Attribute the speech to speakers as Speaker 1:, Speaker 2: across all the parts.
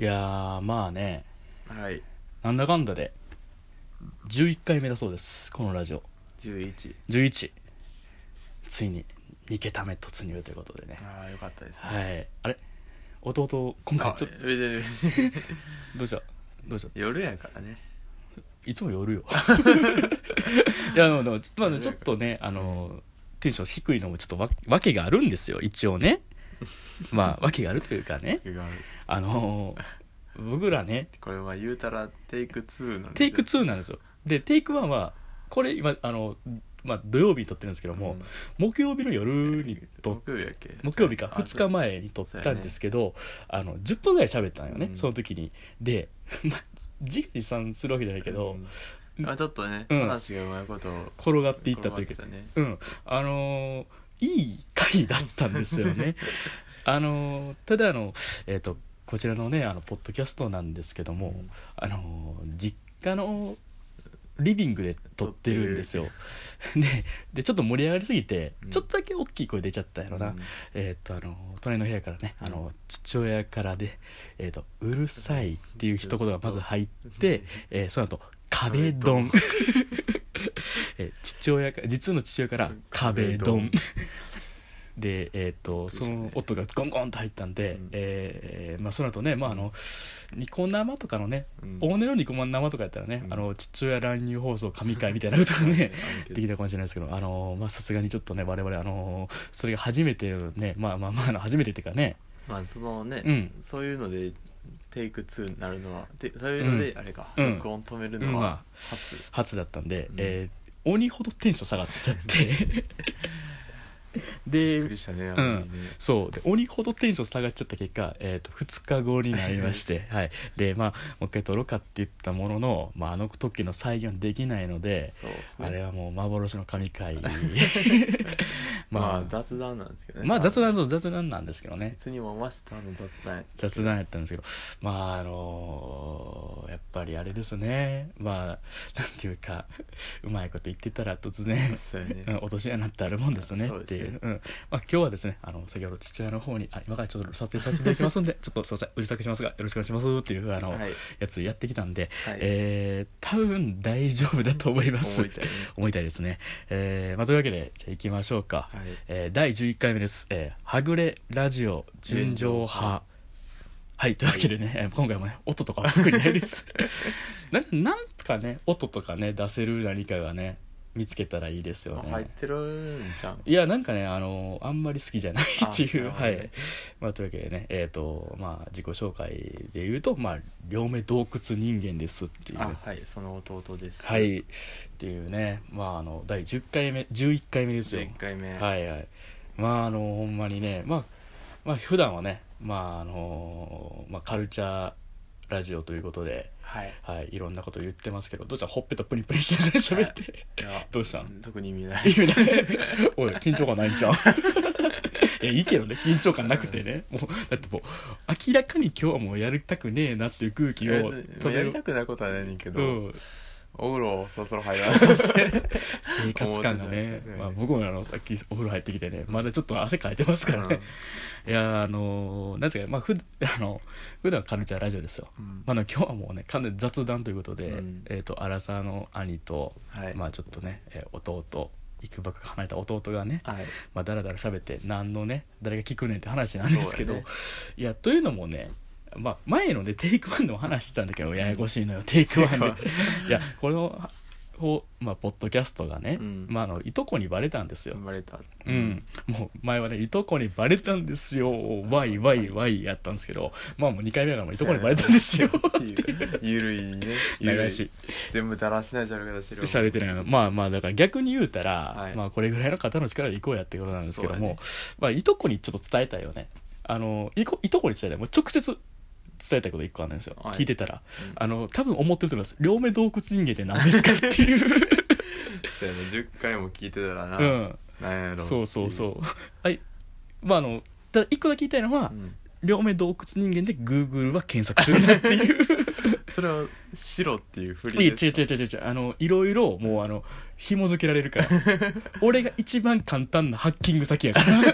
Speaker 1: いやーまあね
Speaker 2: はい
Speaker 1: なんだかんだで11回目だそうですこのラジオ
Speaker 2: 11
Speaker 1: 11ついに2桁目突入ということでね
Speaker 2: ああよかったですね、
Speaker 1: はいあれ弟今回
Speaker 2: あ
Speaker 1: ちょっ
Speaker 2: 別に別に
Speaker 1: とどうしたどうした
Speaker 2: 夜やからね
Speaker 1: いつも夜よいやでもでもちょ,、まあね、ちょっとねあのテンション低いのもちょっとわわけがあるんですよ一応ねまあわけがあるというかねあの僕らね
Speaker 2: これは言うたらテイク2なんで
Speaker 1: テイク2なんですよでテイク1はこれ今あの、まあ、土曜日に撮ってるんですけども、
Speaker 2: うん
Speaker 1: 木曜日の夜に撮っ
Speaker 2: 木曜日やっけ
Speaker 1: 木曜日か
Speaker 2: あ
Speaker 1: 2日前に撮ったんですけど、あの10分ぐらい喋ったんよね、
Speaker 2: うん
Speaker 1: その時にで まあ自画自賛するわけじゃないけど、
Speaker 2: うんあちょっとね、
Speaker 1: うん
Speaker 2: 話がうまいことを
Speaker 1: 転がっていったというか
Speaker 2: 転がってた
Speaker 1: う
Speaker 2: ね
Speaker 1: ん、あのーいい回だったんですよ ね。あのーただあの、えー、とこちらのねあのポッドキャストなんですけども、
Speaker 2: うん
Speaker 1: あのー実家のリビングで撮ってるんですよ。ででちょっと盛り上がりすぎて、
Speaker 2: うん
Speaker 1: ちょっとだけ大きい声出ちゃったやろな、
Speaker 2: うん
Speaker 1: えっ、とあの隣の部屋からね、
Speaker 2: うん
Speaker 1: あの父親からで、えっと「うるさい」っていう一言がまず入って、
Speaker 2: うん
Speaker 1: えーその後壁ドン
Speaker 2: 壁」
Speaker 1: えー父親か実の父親から「壁ドン」 でえっ、とその音がゴンゴンと入ったんで、
Speaker 2: うん
Speaker 1: えーまあ、その後ねまああのニコ生とかのね
Speaker 2: うん
Speaker 1: 大根のニコ生とかやったらね、
Speaker 2: うん
Speaker 1: あの父親乱入放送神回みたいなこと がね
Speaker 2: あ
Speaker 1: で
Speaker 2: るけど
Speaker 1: きたかもしれないですけどあのーまあさすがにちょっとね我々あのーそれが初めてのねまあまあまああの初めてっていうかね
Speaker 2: まあそのね、
Speaker 1: うん
Speaker 2: そういうのでテイク2になるのはてそういうのであれか、
Speaker 1: うん
Speaker 2: 録音止める
Speaker 1: うん
Speaker 2: のは
Speaker 1: ま
Speaker 2: 初、
Speaker 1: 初だったんで、
Speaker 2: うん
Speaker 1: えー鬼ほどテンション下がっちゃって
Speaker 2: びっくり
Speaker 1: で
Speaker 2: したね、
Speaker 1: う
Speaker 2: あ
Speaker 1: ん
Speaker 2: まりね
Speaker 1: そうで鬼ほどテンション下がっちゃった結果、えー、と2日後になりまして はいでまあもう一回撮ろうかって言ったものの、まあ、あの時の再現できないので
Speaker 2: そうですね
Speaker 1: あれはもう幻の神 回
Speaker 2: まあ
Speaker 1: まあ、
Speaker 2: 雑談なんですけどね
Speaker 1: まあ雑談そう雑談なんですけどね
Speaker 2: 別にもましたの雑談やっ
Speaker 1: 雑談やったんですけどまああのやっぱりあれですねまあなんていうかうまいこと言ってたら突 然
Speaker 2: そうやね
Speaker 1: うん落とし穴ってあるもんですね
Speaker 2: そ
Speaker 1: っ
Speaker 2: う
Speaker 1: て
Speaker 2: です
Speaker 1: い
Speaker 2: ね
Speaker 1: ううんまあ、今日はですねあの先ほど父親の方にあ今からちょっと撮影させていただきますんで ちょっとすいませんうるさくしますがよろしくお願いしますっていうあの、
Speaker 2: はいはい
Speaker 1: やつやってきたんで、えー、多分大丈夫だと思います
Speaker 2: 思いたいね
Speaker 1: 思いたいですね、えーまあ、というわけでじゃあ行きましょうか、
Speaker 2: はい
Speaker 1: えー第11回目です、えーはぐれラジオ純情派」はいというわけでね、えー今回もね音とかは特にないです ななんかね音とかね出せる何かがね見つけたらいいですよ
Speaker 2: あ
Speaker 1: ね
Speaker 2: 入ってるんじゃん
Speaker 1: いやなんかねあのあんまり好きじゃないっていう
Speaker 2: あ
Speaker 1: は
Speaker 2: なる
Speaker 1: い、まあ、というわけでねえっ、とまあ自己紹介で言うとまあ両目洞窟人間ですっていう
Speaker 2: あはいその弟です
Speaker 1: はいっていうねまああの第10回目11回目ですよ
Speaker 2: 11回目
Speaker 1: はいはいまああのほんまにねまあまあ普段はねまああのまあカルチャーラジオということで
Speaker 2: はい
Speaker 1: はいいろんなこと言ってますけどどうしたほっぺとプニプニしながら喋って
Speaker 2: いや
Speaker 1: どうしたの
Speaker 2: 特に意 味ない
Speaker 1: 意味ないおい緊張感ないんじゃんいや いいけどね緊張感なくてねもうだってもう明らかに今日はもうやりたくねえなっていう空気を
Speaker 2: 別にやりたくないことはないねんけど、
Speaker 1: うん
Speaker 2: お風呂そろそろ入らなくて
Speaker 1: 生活感がね
Speaker 2: 思ってない
Speaker 1: まあ、僕もあのさっきお風呂入ってきてねまだちょっと汗かいてますからね、いやーあのーなんていうかまあふ あの普段はカルチャーラジオですよ、
Speaker 2: うん
Speaker 1: まあ、あの今日はもうね完全に雑談ということで、
Speaker 2: うん
Speaker 1: えっ、と荒沢の兄と、
Speaker 2: はい
Speaker 1: まあちょっとね、えー弟いくばく離れた弟がね、
Speaker 2: はい
Speaker 1: まあ、だらだら喋って何のね誰が聞くねんって話なんですけど、
Speaker 2: そうやね
Speaker 1: いやというのもねまあ、前のねテイクワンでも話してたんだけどややこしいのよテイクワンで
Speaker 2: テイクワ
Speaker 1: いやこのほうまあ、ポッドキャストがね、
Speaker 2: うん
Speaker 1: まあ、あのいとこにバレたんですよ
Speaker 2: 生、まれた
Speaker 1: うん、もう前はねいとこにバレたんですよわいわいわいやったんですけどまあもう2回目からもいとこにバレたんですよ
Speaker 2: っていうゆるいねゆる
Speaker 1: 流し
Speaker 2: 全部だらしないじゃる方してる
Speaker 1: しゃれてないのまあまあだから逆に言うたら、
Speaker 2: はい
Speaker 1: まあこれぐらいの方の力でいこうやってことなんですけども、
Speaker 2: そう
Speaker 1: ま
Speaker 2: だね
Speaker 1: あいとこにちょっと伝えたいよねあのいこいとこに伝えたいもう直接伝えたいこと1個あるんですよ、
Speaker 2: はい
Speaker 1: 聞いてたら、
Speaker 2: うん
Speaker 1: あの多分思ってると思います両目洞窟人間って何ですかっていう
Speaker 2: そうやね10回も聞いてたらな、
Speaker 1: うん
Speaker 2: なんやろ
Speaker 1: そうそうそううはいまああのただ1個だけ言いたいのは、
Speaker 2: ん
Speaker 1: 両目洞窟人間で Google は検索するなっていう
Speaker 2: それは白っていうふ
Speaker 1: いや
Speaker 2: り
Speaker 1: 違う違う違う違うあのいろいろもうあの紐付けられる から俺が一番簡単なハッキング 先やから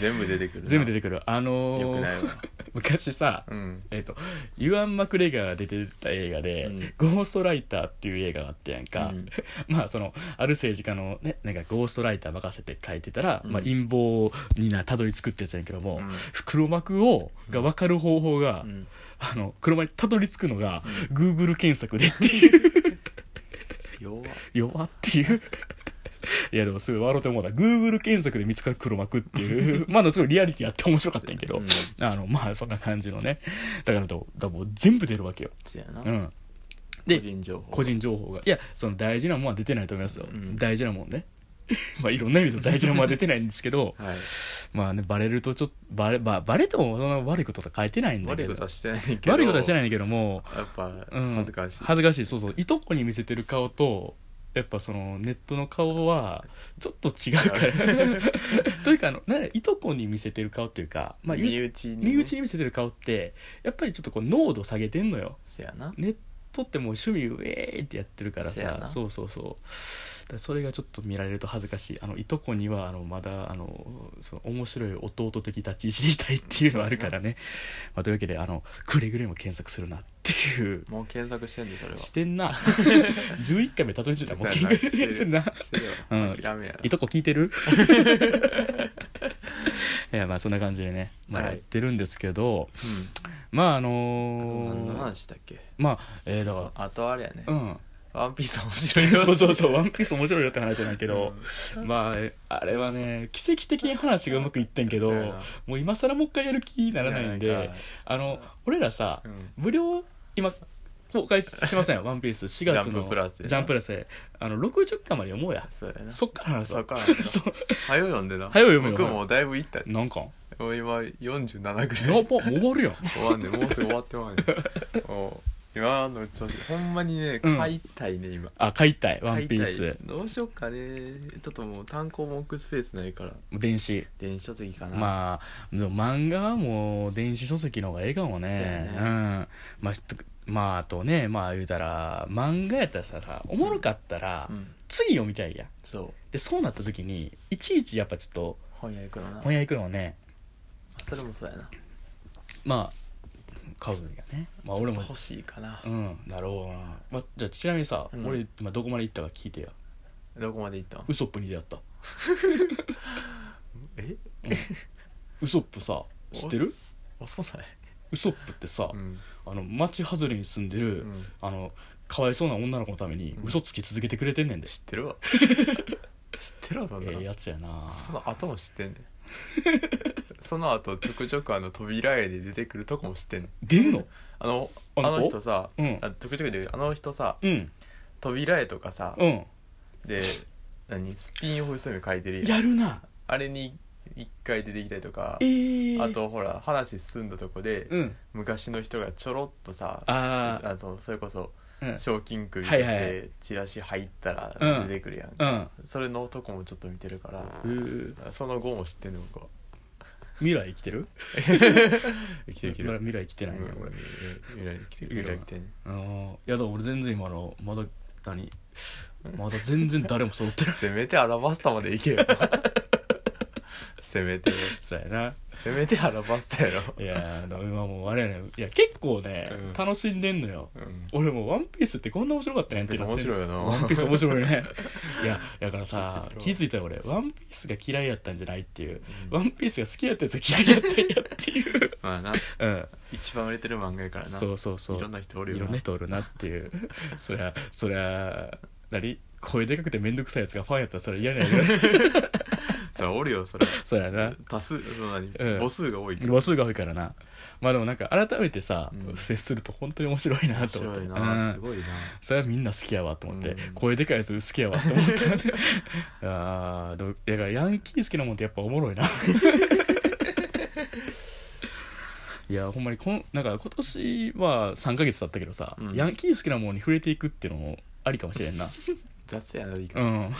Speaker 2: 全部出てくる
Speaker 1: 全部出
Speaker 2: て
Speaker 1: てくるあ
Speaker 2: く
Speaker 1: の
Speaker 2: よ
Speaker 1: ー
Speaker 2: くないわ
Speaker 1: 昔さ
Speaker 2: うん
Speaker 1: えっ、とユアン・マクレガーが出てた映画で
Speaker 2: うん
Speaker 1: 「ゴーストライター」っていう映画があったやんか、
Speaker 2: うん
Speaker 1: まあそのある政治家のねなんかゴーストライター任せて書いてたら、
Speaker 2: うん
Speaker 1: まあ、陰謀になたどり着くってやつやんけども、
Speaker 2: うん
Speaker 1: 黒幕をが分かる方法が、
Speaker 2: うん
Speaker 1: あの黒幕にたどり着くのが、Google 検索でっていう
Speaker 2: 弱っ
Speaker 1: 弱っていう いやでもすごい笑うて思うな Google 検索で見つかる黒幕っていう まだすごいリアリティあって面白かったんやけど、
Speaker 2: うん
Speaker 1: あのまあそんな感じのねだからとだからもう全部出るわけよ、
Speaker 2: そうやな
Speaker 1: うん、で
Speaker 2: 個人情報
Speaker 1: 個人情報がいやその大事なもんは出てないと思いますよ、
Speaker 2: うん
Speaker 1: 大事なもんね まあいろんな意味で大事なもんは出てないんですけど
Speaker 2: はい
Speaker 1: まあねバレるとちょっとバレ,、まあ、バレてもそんな悪いこととか書いてないんだ
Speaker 2: 悪
Speaker 1: け
Speaker 2: い
Speaker 1: ど
Speaker 2: ことはしてないけど
Speaker 1: 悪いことはしてないいんだけども
Speaker 2: やっぱ
Speaker 1: うん
Speaker 2: 恥ずかしい
Speaker 1: 恥ずかしいそうそういとこに見せてる顔とやっぱそのネットの顔はちょっと違う から というかあのなんやいとこに見せてる顔っていうか、まあ、
Speaker 2: 身
Speaker 1: 言う
Speaker 2: 内にね
Speaker 1: 身内に見せてる顔ってやっぱりちょっとこう濃度下げてんのよ
Speaker 2: そうやな
Speaker 1: ネットってもう趣味ウェーってやってるから
Speaker 2: せや
Speaker 1: さ
Speaker 2: な
Speaker 1: そうそうそうだからそれがちょっと見られると恥ずかしいあのいとこにはあのまだあのその面白い弟的立ち位置でいたいっていうのはあるからね、まあ、というわけであのくれぐれも検索するなっていう
Speaker 2: もう検索してんでそれは
Speaker 1: してんな 11回目たどり着いたらもう
Speaker 2: そうや
Speaker 1: 喧
Speaker 2: な
Speaker 1: 嘩してんな
Speaker 2: してる
Speaker 1: うん
Speaker 2: わ諦めやない
Speaker 1: とこ聞いてる いやまあそんな感じでね、まあ、
Speaker 2: はい
Speaker 1: やってるんですけど、
Speaker 2: うん
Speaker 1: まああ
Speaker 2: 何
Speaker 1: の
Speaker 2: の
Speaker 1: ー、
Speaker 2: 話だっけ
Speaker 1: まあえー、だか
Speaker 2: あとあれやね
Speaker 1: ら うん
Speaker 2: ワンピース面白いよ
Speaker 1: そうそうそう「ワンピース面白いよって話じゃないけど、
Speaker 2: うん
Speaker 1: まあえあれはね奇跡的に話がうまくいってんけど
Speaker 2: そうやな
Speaker 1: もう今更もう一回やる気にならないんで
Speaker 2: やなんか
Speaker 1: あの俺らさ、
Speaker 2: うん
Speaker 1: 無料今公開しませんよ「ワンピース4月の
Speaker 2: ジャンププラスで
Speaker 1: ジャンププラスであの60巻まで読もうや
Speaker 2: そうやな
Speaker 1: そっから話そ
Speaker 2: そうっからやな
Speaker 1: そう
Speaker 2: 早よ読んでな
Speaker 1: 早よ読めよ
Speaker 2: 僕もだいぶいったで
Speaker 1: なんか
Speaker 2: もう今47ぐ
Speaker 1: や
Speaker 2: ら
Speaker 1: ば
Speaker 2: い
Speaker 1: もう終わる やん
Speaker 2: 終わんねもうすぐ終わってまうねもう今の調子ほんまにね
Speaker 1: うん
Speaker 2: 買いたいね今
Speaker 1: あ買いたい「ワンピー
Speaker 2: 買い
Speaker 1: ス
Speaker 2: たいどうしようかねちょっともう単行本置くスペースないから
Speaker 1: 電子
Speaker 2: 電子書籍かな
Speaker 1: まあでも漫画はもう電子書籍の方がええかもね
Speaker 2: そうやね
Speaker 1: うんまあしとまああとねまあ言うたら漫画やったらさおもろかったら、
Speaker 2: うん
Speaker 1: 次読みたいやん
Speaker 2: そう
Speaker 1: でそうなった時にいちいちやっぱちょっと
Speaker 2: 本屋行くのな
Speaker 1: 本屋行くのはね
Speaker 2: それもそうやな
Speaker 1: まあ買うんやねまあ俺
Speaker 2: ちょ
Speaker 1: も
Speaker 2: っと欲しいかな
Speaker 1: うんなるほどな、まあ、じゃあちなみにさ、
Speaker 2: うん
Speaker 1: 俺今どこまで行ったか聞いてや
Speaker 2: どこまで行ったん
Speaker 1: ウソップに出会った
Speaker 2: え
Speaker 1: ウソップさ知ってる
Speaker 2: 遅ない
Speaker 1: ウソップってさ、
Speaker 2: うん
Speaker 1: あの町外れに住んでる、
Speaker 2: うん
Speaker 1: あのかわいそうな女の子のために
Speaker 2: うん
Speaker 1: 嘘つき続けてくれてんねんで、
Speaker 2: 知ってるわ知ってるわそんな
Speaker 1: ええ
Speaker 2: の
Speaker 1: やつやな
Speaker 2: その後も知ってんねんその後ちょくちょくあの扉絵で出てくるとこも知ってんねん
Speaker 1: 出んの
Speaker 2: あの
Speaker 1: あ
Speaker 2: あ
Speaker 1: の子
Speaker 2: の人さ、
Speaker 1: うん
Speaker 2: あちょくちょくであの人さ
Speaker 1: うん
Speaker 2: 扉絵とかさ、
Speaker 1: うん
Speaker 2: で何スピンオフそういうの書いてるやん
Speaker 1: やるな
Speaker 2: あれに一回出てきたりとか
Speaker 1: えー、
Speaker 2: あとほら話進んだとこで、
Speaker 1: うん
Speaker 2: 昔の人がちょろっとさ
Speaker 1: ああ
Speaker 2: あとそれこそ
Speaker 1: うん
Speaker 2: 賞金首とし
Speaker 1: はいはいはい
Speaker 2: てチラシ入ったら
Speaker 1: うん
Speaker 2: 出てくるやん、
Speaker 1: うん
Speaker 2: それのとこもちょっと見てるから、
Speaker 1: うー
Speaker 2: その後も知ってんの僕は
Speaker 1: 未来生きてる
Speaker 2: 生きてる生きて
Speaker 1: まだ
Speaker 2: る
Speaker 1: 未来生きてないね、俺
Speaker 2: 未来来てる未来来てる
Speaker 1: あのいやだから俺全然今のまだ何まだ全然誰も揃ってない
Speaker 2: せめてアラバスタまで行けよせめて
Speaker 1: そうやな
Speaker 2: せめてアラバスタやろ
Speaker 1: いやーでも今もうあれやねいや結構ね、
Speaker 2: うん
Speaker 1: 楽しんでんのよ
Speaker 2: うん
Speaker 1: 俺もう「ワンピースってこんな面白かったねんってなって
Speaker 2: 面白いよな
Speaker 1: ワンピース面白い ねいやだからさ
Speaker 2: ワンピース面白
Speaker 1: 気
Speaker 2: い
Speaker 1: づいたよ俺「ワンピースが嫌いやったんじゃないっていう「
Speaker 2: うん
Speaker 1: ワンピースが好きやったやつが嫌いやったんやって いう、
Speaker 2: まあな
Speaker 1: うん、
Speaker 2: 一番売れてる漫画やからな
Speaker 1: そうそうそう
Speaker 2: いろんな人おるよ
Speaker 1: いろんな人おるなっていうそりゃそりゃ何声でかくて面倒くさいやつがファンやったらそれ嫌 なんやけど
Speaker 2: それおるよそれ
Speaker 1: そりゃな
Speaker 2: 多数その何
Speaker 1: うん
Speaker 2: 母数が多いから
Speaker 1: 母数が多いからなまあでもなんか改めてさ、
Speaker 2: うん
Speaker 1: 接すると本当に面白いな
Speaker 2: 面
Speaker 1: と思っ
Speaker 2: 白
Speaker 1: て
Speaker 2: いな
Speaker 1: う
Speaker 2: す
Speaker 1: ん
Speaker 2: ごいな
Speaker 1: それはみんな好きやわと思って、
Speaker 2: うん
Speaker 1: 声でかいやつ好きやわと思った ねあーどうだからヤンキー好きなもんってやっぱおもろい ないやほんまにこんなんか今年は3ヶ月経ったけどさ、
Speaker 2: うん
Speaker 1: ヤンキー好きなもんに触れていくっていうのもありかもしれんな
Speaker 2: 雑やないうか
Speaker 1: ん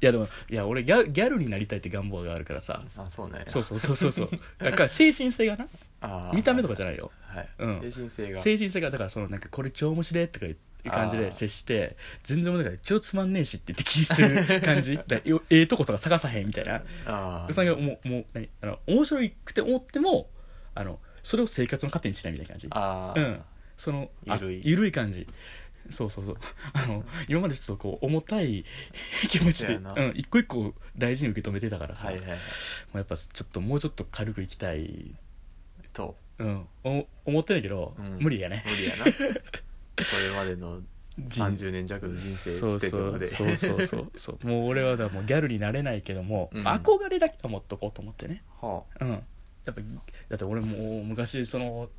Speaker 1: いやでもいや俺ギャギャルになりたいって願望があるからさ
Speaker 2: あそうね
Speaker 1: そうそうそうそうそうだから精神性がな
Speaker 2: あー
Speaker 1: 見た目とかじゃないよ
Speaker 2: はい
Speaker 1: うん
Speaker 2: 精神性が
Speaker 1: 精神性がだからそのなんかこれ超面白いとかいう感じ
Speaker 2: あ
Speaker 1: で
Speaker 2: ー
Speaker 1: 接して全然もうなんか超つまんねえしって言って気にしてる 感じだからよええとことか探さへんみたいな
Speaker 2: あー
Speaker 1: それがもうもう何あの面白くて思ってもあのそれを生活の糧にしたいみたいな感じ
Speaker 2: ああ、
Speaker 1: うんそのあ
Speaker 2: ゆるい
Speaker 1: ゆるい感じそうそうそう あの今までちょっとこう重たい気持ち
Speaker 2: そう
Speaker 1: で、う、
Speaker 2: やなん
Speaker 1: 一個一個大事に受け止めてたからさ、
Speaker 2: はい
Speaker 1: も
Speaker 2: はいはいう
Speaker 1: やっぱちょっともうちょっと軽くいきたい、
Speaker 2: と
Speaker 1: うん、お思ってないけど、
Speaker 2: うん
Speaker 1: 無理やね
Speaker 2: 無理 やなこれまでの
Speaker 1: 人
Speaker 2: 30年弱の人生
Speaker 1: そう
Speaker 2: 捨てて
Speaker 1: そ
Speaker 2: ま
Speaker 1: う
Speaker 2: で
Speaker 1: そう そうそうそうもう俺はだからもうギャルになれないけども、
Speaker 2: うん
Speaker 1: 憧れだけは持っとこうと思ってね
Speaker 2: は
Speaker 1: うんやっぱだって俺もう昔その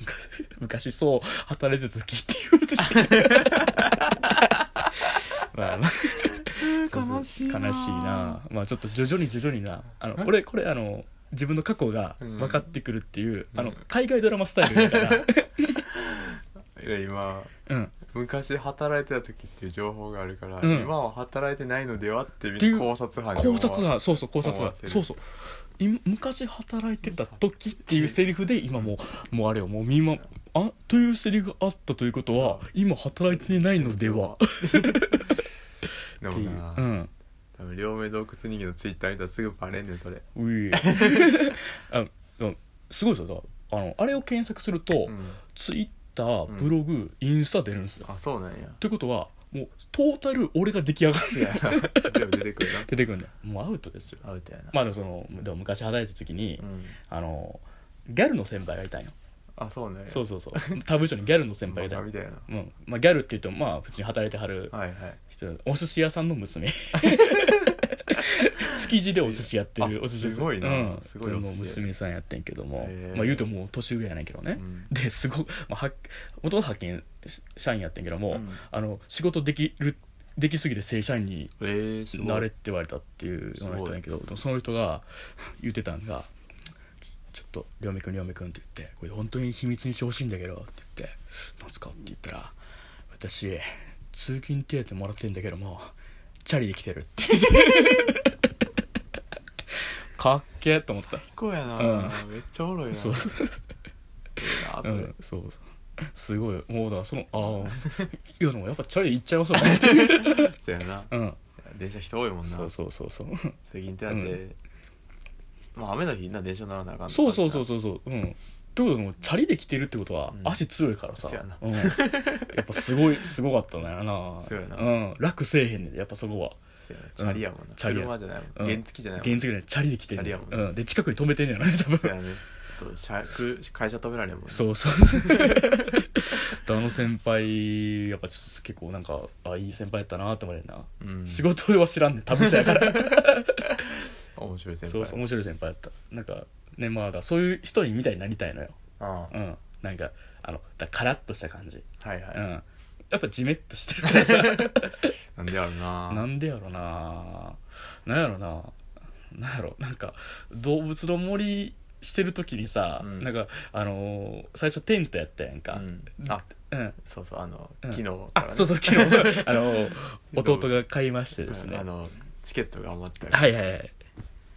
Speaker 1: 昔昔そう働いてた時って言うとして まあまあそうそう
Speaker 2: 悲しいな
Speaker 1: 悲しいなまあちょっと徐々に徐々になあの
Speaker 2: え
Speaker 1: 俺これあの自分の過去が分かってくるっていう、
Speaker 2: うん
Speaker 1: あの海外ドラマスタイルだ から
Speaker 2: あいや今
Speaker 1: うん
Speaker 2: 昔働いてた時っていう情報があるから、
Speaker 1: うん
Speaker 2: 今は働いてないのではって
Speaker 1: ってい
Speaker 2: いうう考察班に思
Speaker 1: 考
Speaker 2: わ
Speaker 1: 察はそうそう考察は
Speaker 2: 思わせる
Speaker 1: そうそうい昔働いてた時っていうセリフで今もうもうあれよもうみんなあというセリフがあったということは今働いてないのでは
Speaker 2: で
Speaker 1: ってい
Speaker 2: も
Speaker 1: う
Speaker 2: な、
Speaker 1: うん
Speaker 2: 多分両目洞窟人間のツイッター見たらすぐバレんねんそれ
Speaker 1: うい あうんすごいですよだからあのあれを検索すると、
Speaker 2: うん
Speaker 1: ツイッターブログ、インスタ出るんですよ
Speaker 2: あそうなんや
Speaker 1: ということはもうトータル俺が出来 上がる
Speaker 2: いやでも出てく る
Speaker 1: 出てくるんだよもうアウトですよ
Speaker 2: なアウトやな、
Speaker 1: まあでもそのでも昔働いてた時に、
Speaker 2: うん、
Speaker 1: あのギャルの先輩がいたんよ
Speaker 2: あそうなんや
Speaker 1: そうそうそう他部署にギャルの先輩
Speaker 2: だ
Speaker 1: がい
Speaker 2: みたいな
Speaker 1: た、うんまあ、ギャルっていうとまあ普通に働いてはる
Speaker 2: はいはい
Speaker 1: 人だお寿司屋さんの娘 築地でお寿司やってる
Speaker 2: あ
Speaker 1: お寿司屋さん
Speaker 2: すごいな
Speaker 1: うん、
Speaker 2: すごい
Speaker 1: そ
Speaker 2: お寿司屋
Speaker 1: の娘さんやってんけども
Speaker 2: へ、え
Speaker 1: まあ、言うともう年上やないけどね、
Speaker 2: うん
Speaker 1: ですごく、まあ、は元々派遣社員やってんけども、
Speaker 2: うん
Speaker 1: あの仕事できるできすぎて正社員に
Speaker 2: えー、すごい
Speaker 1: なれって言われたっていうような人なんやけどでもその人が 言ってたんが「ちょっと亮明君亮明君」って言って「これ本当に秘密にしてほしいんだけど」って言って「何すか?」って言ったら「私通勤手当もらってんだけどもチャリで来てる」っ て言ってかっけえと思った
Speaker 2: 最高やな、
Speaker 1: う
Speaker 2: めっちゃおもろいな
Speaker 1: そう
Speaker 2: ええな
Speaker 1: う
Speaker 2: それ
Speaker 1: んそうそうすごいもうだからそのああいやでもやっぱチャリで行っちゃいますよね
Speaker 2: そうやな
Speaker 1: うん
Speaker 2: 電車人多いもんな
Speaker 1: そうそうそうそう
Speaker 2: 最近手当て、まあ雨の日な電車乗らなあかん
Speaker 1: そうそうそう
Speaker 2: う
Speaker 1: そうそううんってことでもうチャリで来てるってことは
Speaker 2: うん
Speaker 1: 足強いからさ、
Speaker 2: そうやな
Speaker 1: うんやっぱすごいすごかったんだよな、
Speaker 2: そうやなん
Speaker 1: 楽せえへんねんやっぱそこは
Speaker 2: チャリやもんな、
Speaker 1: チャリや
Speaker 2: 車じゃないもん、
Speaker 1: うん
Speaker 2: 原付じゃないもん
Speaker 1: 原付でチャリで来てる
Speaker 2: チャリやもん
Speaker 1: うん、で近くに止めてんねやろね多
Speaker 2: そう
Speaker 1: 分
Speaker 2: やねちょっと社く会社止められんもんね
Speaker 1: そう そうあの先輩やっぱちょっと結構なんかあいい先輩やったなって思われるな、
Speaker 2: うん、
Speaker 1: 仕事は知らんねん多分や から
Speaker 2: 面白い先輩
Speaker 1: そうそう面白い先輩やったなんかねまあだからそういう人にみたいになりたいのよ
Speaker 2: ああ
Speaker 1: うんなんかあのだからカラッとした感じ
Speaker 2: はいはい、
Speaker 1: うん、やっぱジメッとしてるから さ
Speaker 2: なんでやろうな
Speaker 1: なんでやろななんやろななんやろなんか動物の森してる時にさ、
Speaker 2: うん
Speaker 1: なんかあのー最初テントやったやん
Speaker 2: う
Speaker 1: か
Speaker 2: ん、あ
Speaker 1: うん、
Speaker 2: そうそうあの、
Speaker 1: うん
Speaker 2: 昨日から、
Speaker 1: あそうそう昨 日あのー弟が買いましてですね、
Speaker 2: うんあのチケットが余ったから
Speaker 1: はいはいはい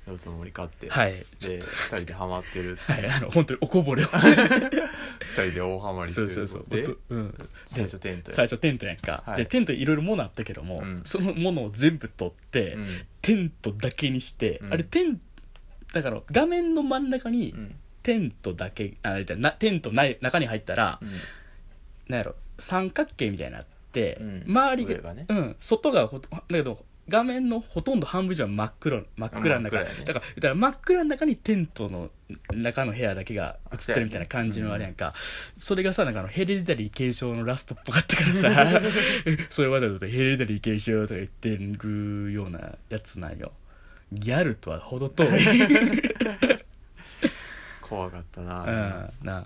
Speaker 2: ローズの森買って、
Speaker 1: はいちょ
Speaker 2: で
Speaker 1: っと
Speaker 2: 2人でハマってる
Speaker 1: はいあの本当におこぼれを
Speaker 2: 2人で大ハマりして
Speaker 1: そう
Speaker 2: る
Speaker 1: そうそう
Speaker 2: で
Speaker 1: おとうん
Speaker 2: 最初テントや
Speaker 1: 最初テントやんか、
Speaker 2: はい
Speaker 1: でテントいろいろものあったけども、
Speaker 2: うん
Speaker 1: そのものを全部取って、
Speaker 2: うん
Speaker 1: テントだけにして、
Speaker 2: うん
Speaker 1: あれテンだから画面の真ん中に
Speaker 2: うん
Speaker 1: テントだけあじゃあなテントない中に入ったら、なんやろ三角形みたいになって、
Speaker 2: うん
Speaker 1: 周り
Speaker 2: 上
Speaker 1: が
Speaker 2: がね
Speaker 1: うん、外がほとだけど画面のほとんど半分以上は真っ黒真っ暗の中、
Speaker 2: あ真っ暗やね
Speaker 1: だからだから真っ暗の中にテントの中の部屋だけが映ってるみたいな感じのあれやんか、それがさなんかあのヘレディタリー継承のラストっぽかったからさ それまでだとヘレディタリー継承とか言ってるようなやつなんよギャルとはほど遠 い、うん、
Speaker 2: 怖かったな
Speaker 1: な、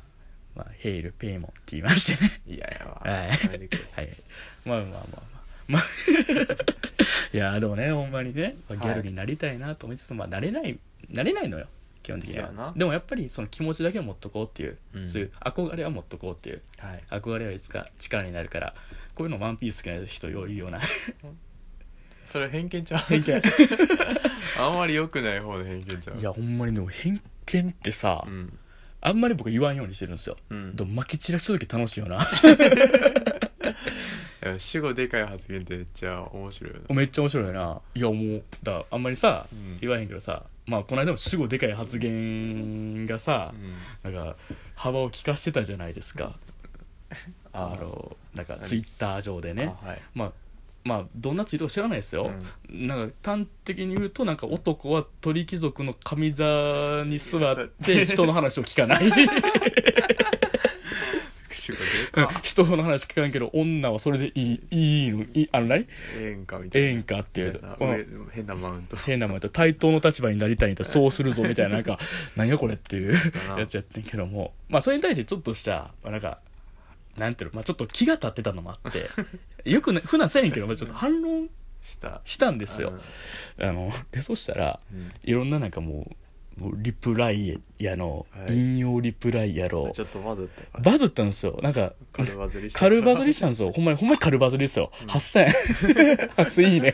Speaker 1: まあ、ヘイルペイモンって言いましてね
Speaker 2: いやいやわ
Speaker 1: はい
Speaker 2: やめてくれ
Speaker 1: はい、まあまあまあまあ、まあ、 いやーでもねほんまにねギ
Speaker 2: い
Speaker 1: ャルになりたいなと思いつつ、まあなれないなれないのよ基本的に
Speaker 2: そうやな
Speaker 1: はでもやっぱりその気持ちだけは持っとこうっていう、
Speaker 2: うん
Speaker 1: そういう憧れは持っとこうっていう
Speaker 2: はい
Speaker 1: 憧れはいつか力になるからこういうのワンピース好きな人よりような
Speaker 2: それ偏見ちゃう
Speaker 1: 偏見
Speaker 2: あんまり良くない方の偏見ちゃう
Speaker 1: いやほんまにでも偏見ってさ、
Speaker 2: うん
Speaker 1: あんまり僕言わんようにしてるんですよ、
Speaker 2: うん
Speaker 1: でも撒き散らした時楽しいよな
Speaker 2: いや主語でかい発言ってめっちゃ面白いよ な
Speaker 1: めっちゃ面白いないやもうだからあんまりさ、
Speaker 2: うん
Speaker 1: 言わへんけどさまあこの間も主語でかい発言がさ、
Speaker 2: うん
Speaker 1: なんか幅を利かしてたじゃないですか
Speaker 2: あ
Speaker 1: あのなんかツイッター上でね
Speaker 2: あはい
Speaker 1: まあまあどんなツイートか知らないですよ、なんか端的に言うとなんか男は鳥貴族の上座に座って 人の話を聞かない
Speaker 2: 主語でか
Speaker 1: 人の話聞かんけど女はそれでいいいいのいいあの何
Speaker 2: ええんかみた
Speaker 1: ええ
Speaker 2: いなん
Speaker 1: かっていうと
Speaker 2: みた
Speaker 1: う
Speaker 2: いなん上変なマウント
Speaker 1: 変なもんやと対等の立場になりたいんだったらそうするぞみたいななんか 何やこれっていう
Speaker 2: な
Speaker 1: やつやってんけどもまあそれに対してちょっとしたまあなんかなんていうの、まあ、ちょっと気が立ってたのもあ ってよくな普段せえへんけど、まあ、ちょっと反論
Speaker 2: した
Speaker 1: したんですよあのでそしたら
Speaker 2: うん
Speaker 1: いろんななんかもうもうリプライやの、
Speaker 2: はい
Speaker 1: 引用リプライやろ
Speaker 2: ちょっとバズった
Speaker 1: バズったんですよなんか
Speaker 2: カルバズりした
Speaker 1: カルバズりしたんですよほんまにほんまにカルバズりですよ、8000 8000いいね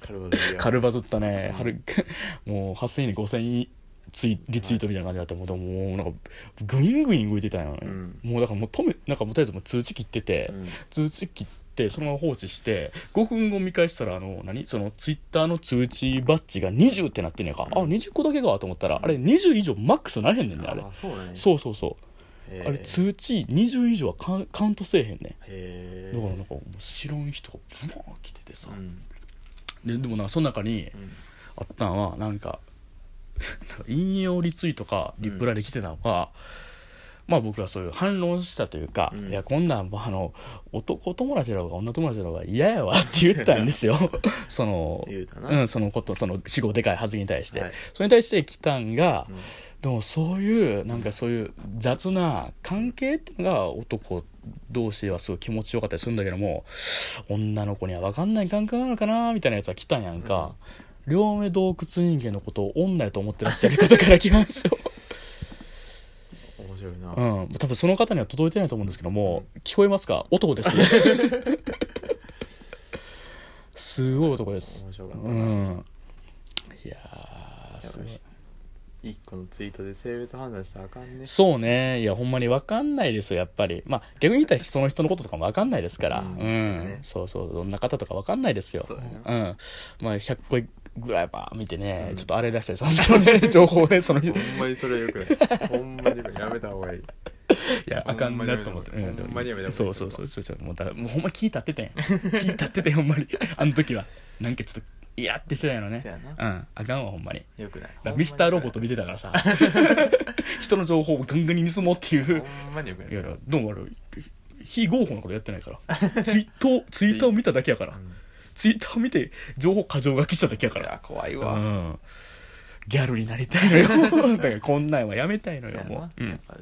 Speaker 2: カルバズりや
Speaker 1: カルバズったね、
Speaker 2: うん
Speaker 1: はる もう8000いいね5000いいツイリツイートみたいな感じだったもうでももうなんかグイングイン動いてたよね、
Speaker 2: うん
Speaker 1: もうだからもう止めなんかもうとりあえずもう通知切ってて、
Speaker 2: うん
Speaker 1: 通知切ってそのまま放置して5分後見返したらあの何そのツイッターの通知バッジが20ってなってんねやんか、
Speaker 2: うん
Speaker 1: あ20個だけかと思ったらあれ20以上マックスなれへんねんねあれ
Speaker 2: あそうだね
Speaker 1: そうそうそう、
Speaker 2: へえ
Speaker 1: あれ通知20以上はカウンカウントせえへんね
Speaker 2: へ
Speaker 1: だからなんかもう知らん人がブワー来ててさ
Speaker 2: う、ん
Speaker 1: ででもなんかその中に
Speaker 2: うん
Speaker 1: あったのはなんか 引用リツイートかリプライで来てたのが、まあ僕はそういう反論したというか、
Speaker 2: うん
Speaker 1: いやこんなんあの男友達だろうが女友達だろうが嫌やわって言ったんです よその
Speaker 2: 言うたな
Speaker 1: うん、そのことその死後でかい発言に対して、
Speaker 2: はい
Speaker 1: それに対して来たんが、
Speaker 2: うん
Speaker 1: でもそういうなんかそういう雑な関係っていうのが男同士ではすごい気持ちよかったりするんだけども女の子には分かんない感覚なのかなみたいなやつが来たんやんか、両目洞窟人間のことを女やと思ってらっしゃる方から来ます よ、
Speaker 2: 面白いな
Speaker 1: うん、多分その方には届いてないと思うんですけども聞こえますか男です すごい男です
Speaker 2: 面白かった
Speaker 1: う
Speaker 2: なん
Speaker 1: いやーすごい
Speaker 2: 一個のツイートで性別判断したらあかんね
Speaker 1: そうねいやほんまに分かんないですよやっぱりまあ逆に言ったらその人のこととかも分かんないですからう
Speaker 2: うん
Speaker 1: ん、
Speaker 2: ね
Speaker 1: そうそうどんな方とか分かんないですよ
Speaker 2: そう
Speaker 1: う
Speaker 2: や
Speaker 1: んまあ100個ぐらいば見てね、
Speaker 2: うん
Speaker 1: ちょっとあれ出したりしたんですけど ね情報ねその
Speaker 2: ほ
Speaker 1: 日い
Speaker 2: んまにそれよく ないほんまによくないやめたほうがいい
Speaker 1: やあかんなと思って
Speaker 2: ほんまにやめた
Speaker 1: うん
Speaker 2: ほんまにやめた
Speaker 1: そうそうそうそうそうもうだもうほんま気立って てん気立っててんほんまにあの時はなんかちょっとイヤってしてたんやろ
Speaker 2: そ
Speaker 1: ね
Speaker 2: や
Speaker 1: う
Speaker 2: な
Speaker 1: んあかんわほんまに
Speaker 2: よくない
Speaker 1: だからミスターロボット見てた からさ人の情報をガンガンに盗もうっていう
Speaker 2: ほんまによくない
Speaker 1: いやいやどうもあれ非合法なことやってないからツイー トツイッターを見ただけやから
Speaker 2: うん
Speaker 1: ツイッターを見て情報過剰書きしただけやか
Speaker 2: い
Speaker 1: ら
Speaker 2: や怖いうわ
Speaker 1: んギャルになりたいの よだからこんなんはやめたいの
Speaker 2: そ
Speaker 1: よ
Speaker 2: やな
Speaker 1: もう、う
Speaker 2: やっ
Speaker 1: ん、
Speaker 2: ぱ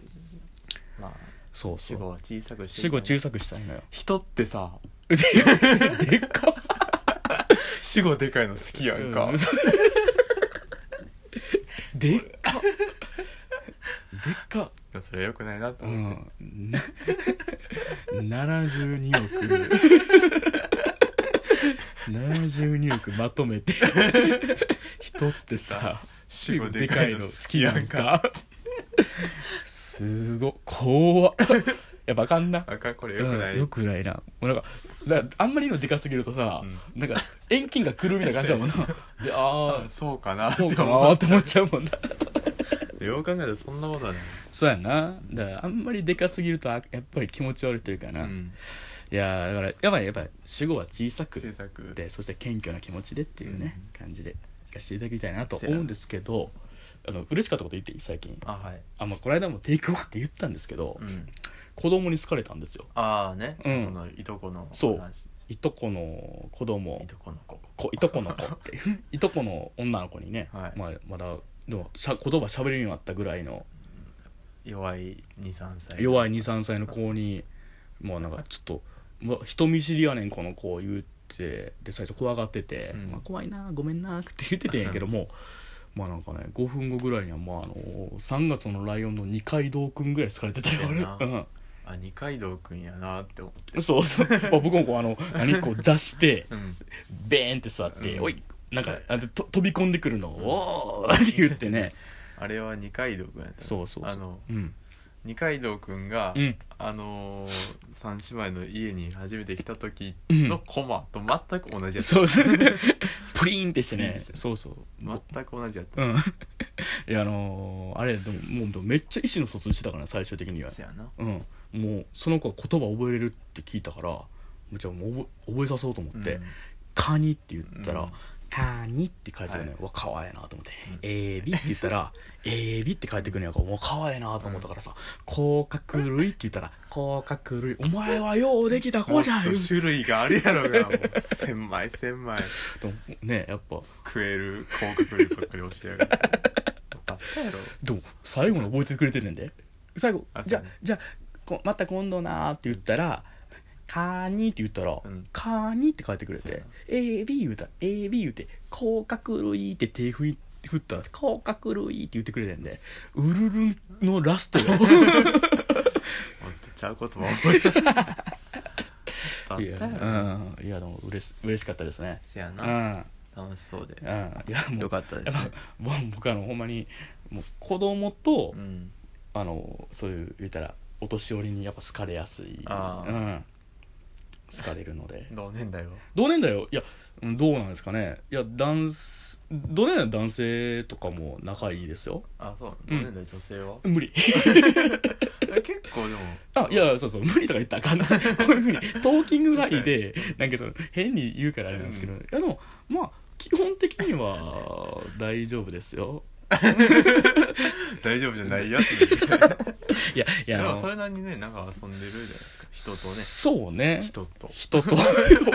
Speaker 2: まあ
Speaker 1: そうそ
Speaker 2: 死
Speaker 1: う
Speaker 2: 後は小さくして
Speaker 1: 死後小さくしたいのよ
Speaker 2: 人ってさ
Speaker 1: でっか
Speaker 2: 死後でかいの好きやんか、
Speaker 1: うん でっかでっか
Speaker 2: でもそれよくないなと
Speaker 1: う
Speaker 2: 思って、
Speaker 1: んな72億72億まとめ て人ってさ
Speaker 2: 死後でかいの好きやんか
Speaker 1: すごっ怖っ やっぱあかんな
Speaker 2: あかんこれよくない、
Speaker 1: うんよくないなもうなんかだあんまりのでかすぎるとさ、なんか遠近がくるみたいな感じだもん なであ
Speaker 2: あそうかな
Speaker 1: あそう
Speaker 2: って
Speaker 1: かな
Speaker 2: 思
Speaker 1: ー
Speaker 2: う
Speaker 1: って思っちゃうもんな
Speaker 2: よう考えたらそんなことはない、
Speaker 1: そうやなだからあんまりでかすぎるとあやっぱり気持ち悪いというかな、
Speaker 2: うん
Speaker 1: いやーだからやばいやっぱり主語は小さく
Speaker 2: 小さく
Speaker 1: でそして謙虚な気持ちでっていうね、感じでいかせていただきたいなと
Speaker 2: せやな
Speaker 1: 思うんですけどあの嬉しかったこと言っていい最近
Speaker 2: あはい、
Speaker 1: あ、まあ、この間もテイクオフって言ったんですけど、
Speaker 2: うん、
Speaker 1: 子供に好かれたんですよ
Speaker 2: ああね、
Speaker 1: うん
Speaker 2: そのいとこの話
Speaker 1: そういとこの子供
Speaker 2: いとこの子
Speaker 1: こいとこの子っていう いとこの女の子にね、
Speaker 2: はい
Speaker 1: まあ、まだでもしゃ言葉しゃべれるようになったぐらいの
Speaker 2: 弱い23歳
Speaker 1: 弱
Speaker 2: い
Speaker 1: い23歳の子にもうなんかちょっとうわ「人見知りやねんこの子」言うてで最初怖がってて「
Speaker 2: うん
Speaker 1: まあ、怖いなごめんな」って言っててんやけども まあなんかね5分後ぐらいには、まあ、あの3月のライオンの二階堂くんぐらい好かれてたよ
Speaker 2: そうやな
Speaker 1: 俺うん
Speaker 2: あ二階堂くんやなって思って
Speaker 1: そうそう、まあ、僕もこう あの何こう座して
Speaker 2: うん
Speaker 1: ベーンって座って「
Speaker 2: うん
Speaker 1: おいなんかあのと飛び込んでく るのを「おー!」って言ってね
Speaker 2: あれは二階堂くんやったな
Speaker 1: そうそうそう
Speaker 2: あの
Speaker 1: うん
Speaker 2: 二階堂くんが、
Speaker 1: うん
Speaker 2: あのー三姉妹の家に初めて来た時のコマと全く同じやつ、
Speaker 1: そうそうプリーンってして
Speaker 2: プリーンっ
Speaker 1: ね
Speaker 2: てして
Speaker 1: そうそう、
Speaker 2: 全く同じやった、
Speaker 1: うん いやあのーあれでももうでもめっちゃ意思の疎通してたから最終的には
Speaker 2: そやな
Speaker 1: うんもうその子は言葉覚えれるって聞いたからもうじゃあもう覚え覚えさそうと思って「
Speaker 2: うん
Speaker 1: カニ」って言った
Speaker 2: うん
Speaker 1: ら「カニ」って書いてくるのよ、
Speaker 2: は
Speaker 1: うわかわいいなと思って
Speaker 2: うん
Speaker 1: 「エビ」って言った ら「エビ」って書いてくるのやからもうかわいいなと思ったからさ「甲殻類」って言ったら「甲殻類お前はようできた
Speaker 2: も
Speaker 1: 子
Speaker 2: っ
Speaker 1: じゃん」
Speaker 2: と
Speaker 1: 言う
Speaker 2: 種類があるやろがもう千枚千枚
Speaker 1: とねやっぱ
Speaker 2: 食える甲殻類ばっかり教えやがってあったやろ
Speaker 1: でも最後の覚えてくれてるねんで最後
Speaker 2: あ
Speaker 1: じゃあ
Speaker 2: そうね
Speaker 1: じゃあこまた今度なーって言ったら「カニ」って言ったら「
Speaker 2: うん
Speaker 1: カニ」って書いてくれ
Speaker 2: そう
Speaker 1: て
Speaker 2: やな
Speaker 1: 「AB」言うたら「AB」言うて「甲殻類」って手振り振ったら「甲殻類」って言ってくれてんで「ウルルン」のラスト よ
Speaker 2: もっとちゃうことも覚えたあった
Speaker 1: いや,、
Speaker 2: やろ
Speaker 1: うん、いやでもうれし嬉しかったですね
Speaker 2: せや
Speaker 1: うんう
Speaker 2: なん楽しそうで
Speaker 1: いやも
Speaker 2: よ
Speaker 1: う
Speaker 2: かったで
Speaker 1: や
Speaker 2: す
Speaker 1: っ
Speaker 2: ね
Speaker 1: ぱもう僕あのほんまにもう子供と、
Speaker 2: うん
Speaker 1: あのそういう言ったらお年寄りにやっぱ好かれやすい、
Speaker 2: あー
Speaker 1: うん、好かれるので
Speaker 2: 同年代は
Speaker 1: 同年代よいやうんどうなんですかねいや男性同年代の男性とかも仲いいですよ
Speaker 2: あそう
Speaker 1: う
Speaker 2: 同
Speaker 1: ん
Speaker 2: 年代女性は、
Speaker 1: 無理
Speaker 2: え結構でも
Speaker 1: あいやそうそう無理とか言ったらあかんな こういうふうにトーキング範囲でなんかその変に言うからあれなんですけど、
Speaker 2: う
Speaker 1: いやでもまあ基本的には大丈夫ですよ
Speaker 2: 大丈夫じゃないやつ
Speaker 1: いやい
Speaker 2: で
Speaker 1: やあ
Speaker 2: も
Speaker 1: の
Speaker 2: それなりにねなんか遊んでるじゃないですか人とね
Speaker 1: そうね
Speaker 2: 人と
Speaker 1: 人と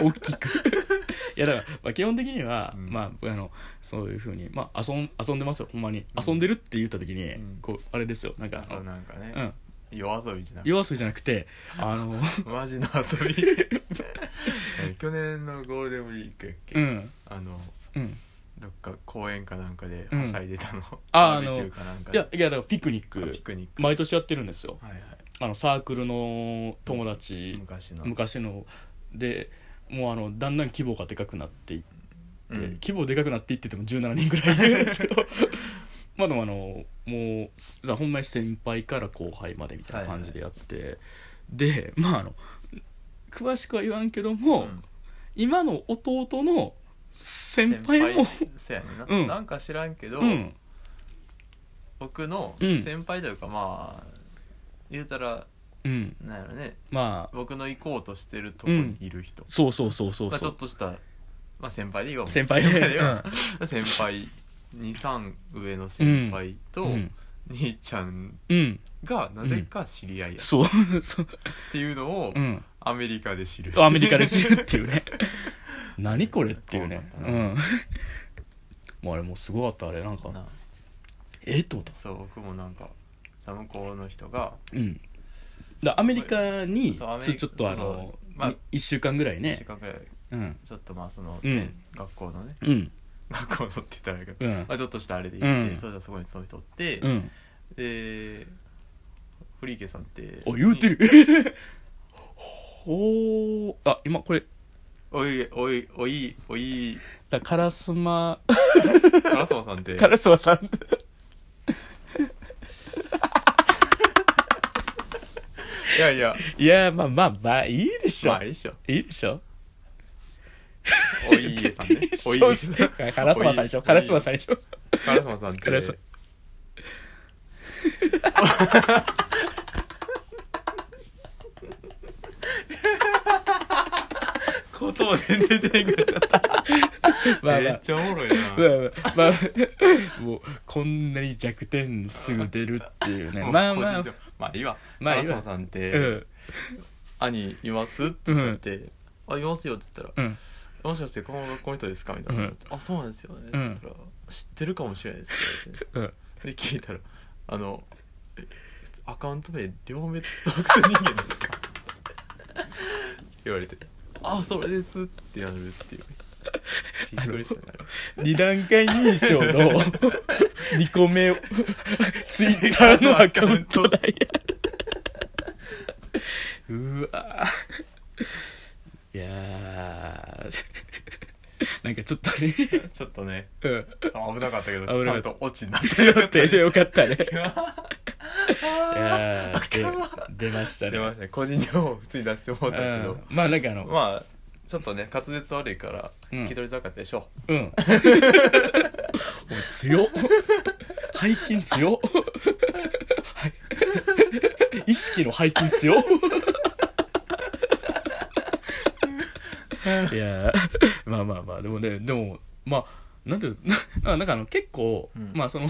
Speaker 1: 大きく いやだから、まあ、基本的には、
Speaker 2: うん
Speaker 1: まあ、あのそういうふうに、まあ、遊ん遊んでますよほんまに、
Speaker 2: うん
Speaker 1: 遊んでるって言った時に、
Speaker 2: うん
Speaker 1: こうあれですよなんか
Speaker 2: あ
Speaker 1: あの
Speaker 2: となんかね、
Speaker 1: うん
Speaker 2: 夜遊びじゃなくて
Speaker 1: 夜遊びじゃなくてあの
Speaker 2: マジの 遊びえ去年のゴールデンウィークやっけ、
Speaker 1: うん
Speaker 2: あの
Speaker 1: うん
Speaker 2: どっか公園かなんかで
Speaker 1: うん
Speaker 2: はしゃいでたの、
Speaker 1: あ
Speaker 2: バーベキューかなんか
Speaker 1: い
Speaker 2: で
Speaker 1: やいやだからピクニッ
Speaker 2: あ
Speaker 1: ク
Speaker 2: ピクニック、
Speaker 1: 毎年やってるんですよ
Speaker 2: はいはい
Speaker 1: あのサークルの友達、
Speaker 2: 昔の
Speaker 1: 昔のでもうあのだんだん規模がでかくなっていって、
Speaker 2: うん
Speaker 1: 規模でかくなっていってても17人ぐらいいるんですけど まあでもあのもうすほんまに先輩から後輩までみたいな感じでやって、でまああの詳しくは言わんけども、
Speaker 2: うん
Speaker 1: 今の弟の先輩も
Speaker 2: そやねんな、
Speaker 1: うん
Speaker 2: なんか知らんけど、
Speaker 1: うん
Speaker 2: 僕の
Speaker 1: うん
Speaker 2: 先輩というかまあ言うたら
Speaker 1: うん
Speaker 2: なんやろね
Speaker 1: まあ
Speaker 2: 僕の行こうとしてるとこにいる人、
Speaker 1: そうそうそうそう
Speaker 2: まあ、ち
Speaker 1: そ
Speaker 2: ょ
Speaker 1: う
Speaker 2: っとした、まあ、先輩でいいわ
Speaker 1: 先輩で
Speaker 2: でいいわ先輩23上の先輩と、
Speaker 1: うん
Speaker 2: 兄ちゃん
Speaker 1: うん
Speaker 2: がなぜか知り合いやっ
Speaker 1: そう そう
Speaker 2: ていうのを
Speaker 1: うん
Speaker 2: アメリカで知る、
Speaker 1: アメリカで 知るっていうね何これっていうね
Speaker 2: そ
Speaker 1: う
Speaker 2: うなんだ
Speaker 1: ん もうあれもうすごかったあれなんか
Speaker 2: な
Speaker 1: えっと思った
Speaker 2: そう僕もなんかさ向こうの人が
Speaker 1: うんだアメリカに
Speaker 2: そうアメ
Speaker 1: ちょ
Speaker 2: リカ
Speaker 1: ちょっとあ
Speaker 2: そ
Speaker 1: の
Speaker 2: う、まあ
Speaker 1: 1週間ぐらい
Speaker 2: 1週
Speaker 1: ね
Speaker 2: 間くらい
Speaker 1: うん
Speaker 2: ちょっとまあその、
Speaker 1: うん
Speaker 2: 学校のね
Speaker 1: うん
Speaker 2: 学校のって言ったらあれやけど、
Speaker 1: うん
Speaker 2: まあ、ちょっとしたあれで行って、
Speaker 1: うん
Speaker 2: そしたらそこにその人おって、
Speaker 1: うん
Speaker 2: でフリーケさんって
Speaker 1: お言うてる ほーあ今これ
Speaker 2: おいおいおいお い
Speaker 1: だカラス マ
Speaker 2: カラスマさんって
Speaker 1: カラスマさん
Speaker 2: いやいや
Speaker 1: いやまあまあまあいいでしょ、
Speaker 2: まあいいっしょ
Speaker 1: いいでしょ
Speaker 2: おいえさんねお い
Speaker 1: そうっ
Speaker 2: え
Speaker 1: す
Speaker 2: さん
Speaker 1: ねカラスマさんでしょカラスマさんでしょ
Speaker 2: カラスマさんって
Speaker 1: カ ラスマ
Speaker 2: 言葉全然出てくれちゃった
Speaker 1: まあま
Speaker 2: め
Speaker 1: あ
Speaker 2: っちゃおもろいな、
Speaker 1: まあまあまあ、もうこんなに弱点すぐ出るっていうね
Speaker 2: もう
Speaker 1: まあまあ
Speaker 2: 個人情報まあいいわ、
Speaker 1: まあいいわ
Speaker 2: カラスマさんって、
Speaker 1: うん
Speaker 2: 兄いますって言って、あいますよって言った
Speaker 1: う
Speaker 2: ら、
Speaker 1: ん
Speaker 2: もしかしてこの学校の人ですかみたいな、
Speaker 1: うん
Speaker 2: あそうなんですよね、って言ったら知ってるかもしれないですって言われて
Speaker 1: うん
Speaker 2: で聞いたら「あのえアカウント名両目洞窟人間ですか?」 言われて「あそれです」ってやるっていうびっくりしたね
Speaker 1: 二段階認証 の二個目をツイッター のアカウントだようわいやーなんかちょっとね、
Speaker 2: ちょっとね
Speaker 1: うん、
Speaker 2: あ危なかったけ
Speaker 1: 危
Speaker 2: どち
Speaker 1: な
Speaker 2: ゃ
Speaker 1: かっ
Speaker 2: ん
Speaker 1: た
Speaker 2: とオチになって
Speaker 1: よかったねよかったね
Speaker 2: あ
Speaker 1: いやーで出ましたね
Speaker 2: 出ましたね個人情報普通に出してもらったけど
Speaker 1: うんまあなんかあの、
Speaker 2: まあちょっとね滑舌悪いから
Speaker 1: うん
Speaker 2: 聞き取りづらかったでしょ
Speaker 1: うんお前強 っ背筋強っ意識の背筋強っいやーまあまあまあでもねでもまあなんていう ななんかあの結構、
Speaker 2: うん
Speaker 1: まあその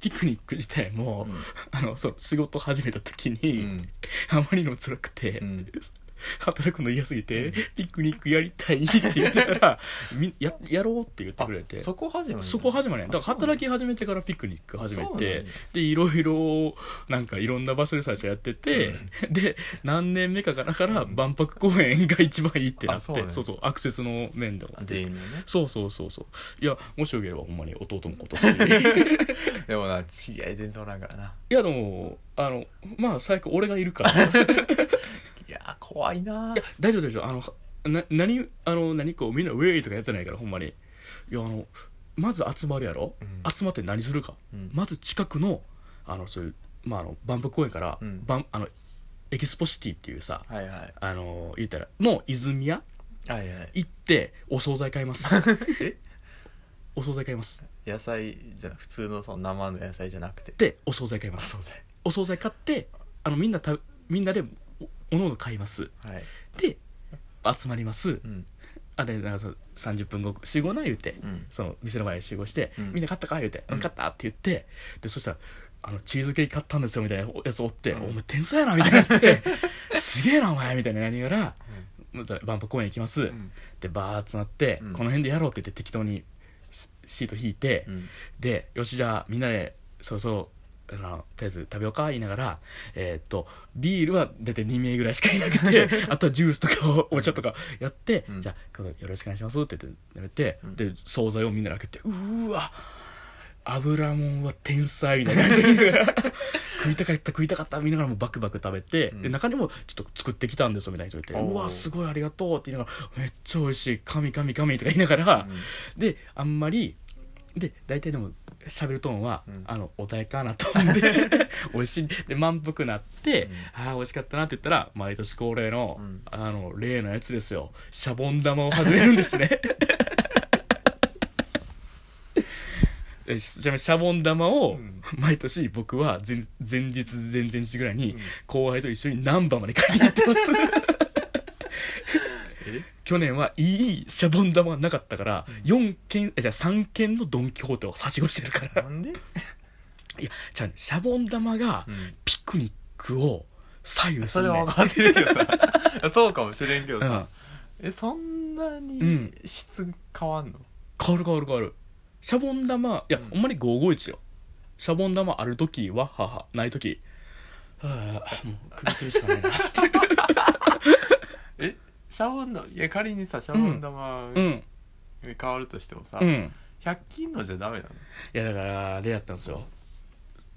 Speaker 1: ピクニック自体も、あのそう仕事始めた時
Speaker 2: う
Speaker 1: に、
Speaker 2: ん
Speaker 1: あまりの辛くて、
Speaker 2: うん
Speaker 1: 働くの嫌すぎて、
Speaker 2: うん
Speaker 1: ピクニックやりたいって言ってた らみややろうって言ってくれて
Speaker 2: あそこ始まり
Speaker 1: そこ始まりやんだから働
Speaker 2: き
Speaker 1: き始めてからピクニック始めてでいろいろなんかいろんな場所で最初やってて、で何年目かからから
Speaker 2: うん
Speaker 1: 万博公園が一番いいってなって、
Speaker 2: あそうなんや
Speaker 1: そうそうアクセスの面でも
Speaker 2: 全員のね
Speaker 1: そうそうそうそういやもしよければほんまに弟も今 年
Speaker 2: でもな知り合い全然おらんからない
Speaker 1: やでもあのまあ最悪俺がいるから
Speaker 2: いやー怖いない
Speaker 1: や大丈夫大丈夫あのな何あの何こうみんなウェイとかやってないからほんまにいやあのまず集まるやろ、
Speaker 2: うん
Speaker 1: 集まって何するか、
Speaker 2: うん
Speaker 1: まず近くのあのそういう、まあ、あの万博公園から、
Speaker 2: うん
Speaker 1: バンあのエキスポシティっていうさ
Speaker 2: はいはい
Speaker 1: あの言ったらの泉屋
Speaker 2: はいはい
Speaker 1: 行ってお惣菜買います
Speaker 2: え
Speaker 1: お惣菜買います
Speaker 2: 野菜じゃな普通のその生の野菜じゃなくて
Speaker 1: でお惣菜買います
Speaker 2: そうだよ
Speaker 1: お惣菜買ってあのみんなたみんなでおおのおの買います
Speaker 2: はい
Speaker 1: で集まります
Speaker 2: うん
Speaker 1: あでなんかそう30分後集合な言うて
Speaker 2: うん
Speaker 1: その店の前に集合して「
Speaker 2: うん
Speaker 1: みんな買ったか?」言うて「
Speaker 2: うん
Speaker 1: 買った」って言ってでそしたらあの「チーズケーキ買ったんですよ」みたいなやつおって「
Speaker 2: うん
Speaker 1: お前天才やな」みたいになって 「すげえなお前」みたいな何やらまた万博公園行きます、
Speaker 2: うん
Speaker 1: でバーッ集まって、
Speaker 2: うん
Speaker 1: この辺でやろうって言って適当にシシート引いて、
Speaker 2: うん
Speaker 1: でよしじゃあみんなでそうそうあのとりあえず食べようか言いながらえーっとビールは大体2名ぐらいしかいなくて あとはジュースとかおお茶とかやって、
Speaker 2: うん
Speaker 1: じゃあ今度よろしくお願いしますって言って食べて、
Speaker 2: うん
Speaker 1: で惣菜をみんなで開けてうーわ油もんは天才みたいな感じで 食いたかった食いたかった見ながらもバクバク食べて、
Speaker 2: うん
Speaker 1: で中にもちょっと作ってきたんですよみたいな人がいて「
Speaker 2: おー
Speaker 1: うわすごいありがとう」って言いながら「めっちゃ美味しい神神神」とか言いながら、であんまりで大体でも喋るトーンは、
Speaker 2: うん
Speaker 1: あの穏やかなトーンで 美味しいで満腹なって、ああ美味しかったなって言ったら毎年恒例の、
Speaker 2: うん
Speaker 1: あの例のやつですよシャボン玉を始めるん ですねえしちなみにシャボン玉を
Speaker 2: うん
Speaker 1: 毎年僕は前前日前々日ぐらいに
Speaker 2: うん
Speaker 1: 後輩と一緒にナンバーまで買いに行ってます
Speaker 2: え
Speaker 1: 去年はいいシャボン玉がなかったから4件えじゃあ3件のドン・キホーテを差し越してるか
Speaker 2: な
Speaker 1: ら
Speaker 2: んで
Speaker 1: いやじゃあねシャボン玉がピクニックを左右す
Speaker 2: そ
Speaker 1: る
Speaker 2: れ
Speaker 1: ね
Speaker 2: は分かってるけど さそうかもしれんけど
Speaker 1: うん
Speaker 2: さえそんな
Speaker 1: う
Speaker 2: に
Speaker 1: ん
Speaker 2: 質変わ んの
Speaker 1: 変わる変わる変わるシャボン玉いや、
Speaker 2: うん
Speaker 1: ほんまに551よシャボン玉ある時は母ない時はあもう首吊るしかないな
Speaker 2: えシャボン玉いや仮にさシャボン玉
Speaker 1: う
Speaker 2: が
Speaker 1: ん
Speaker 2: 変わるとしてもさ
Speaker 1: うん
Speaker 2: 100均のじゃダメなの
Speaker 1: いやだからあれやったんですよ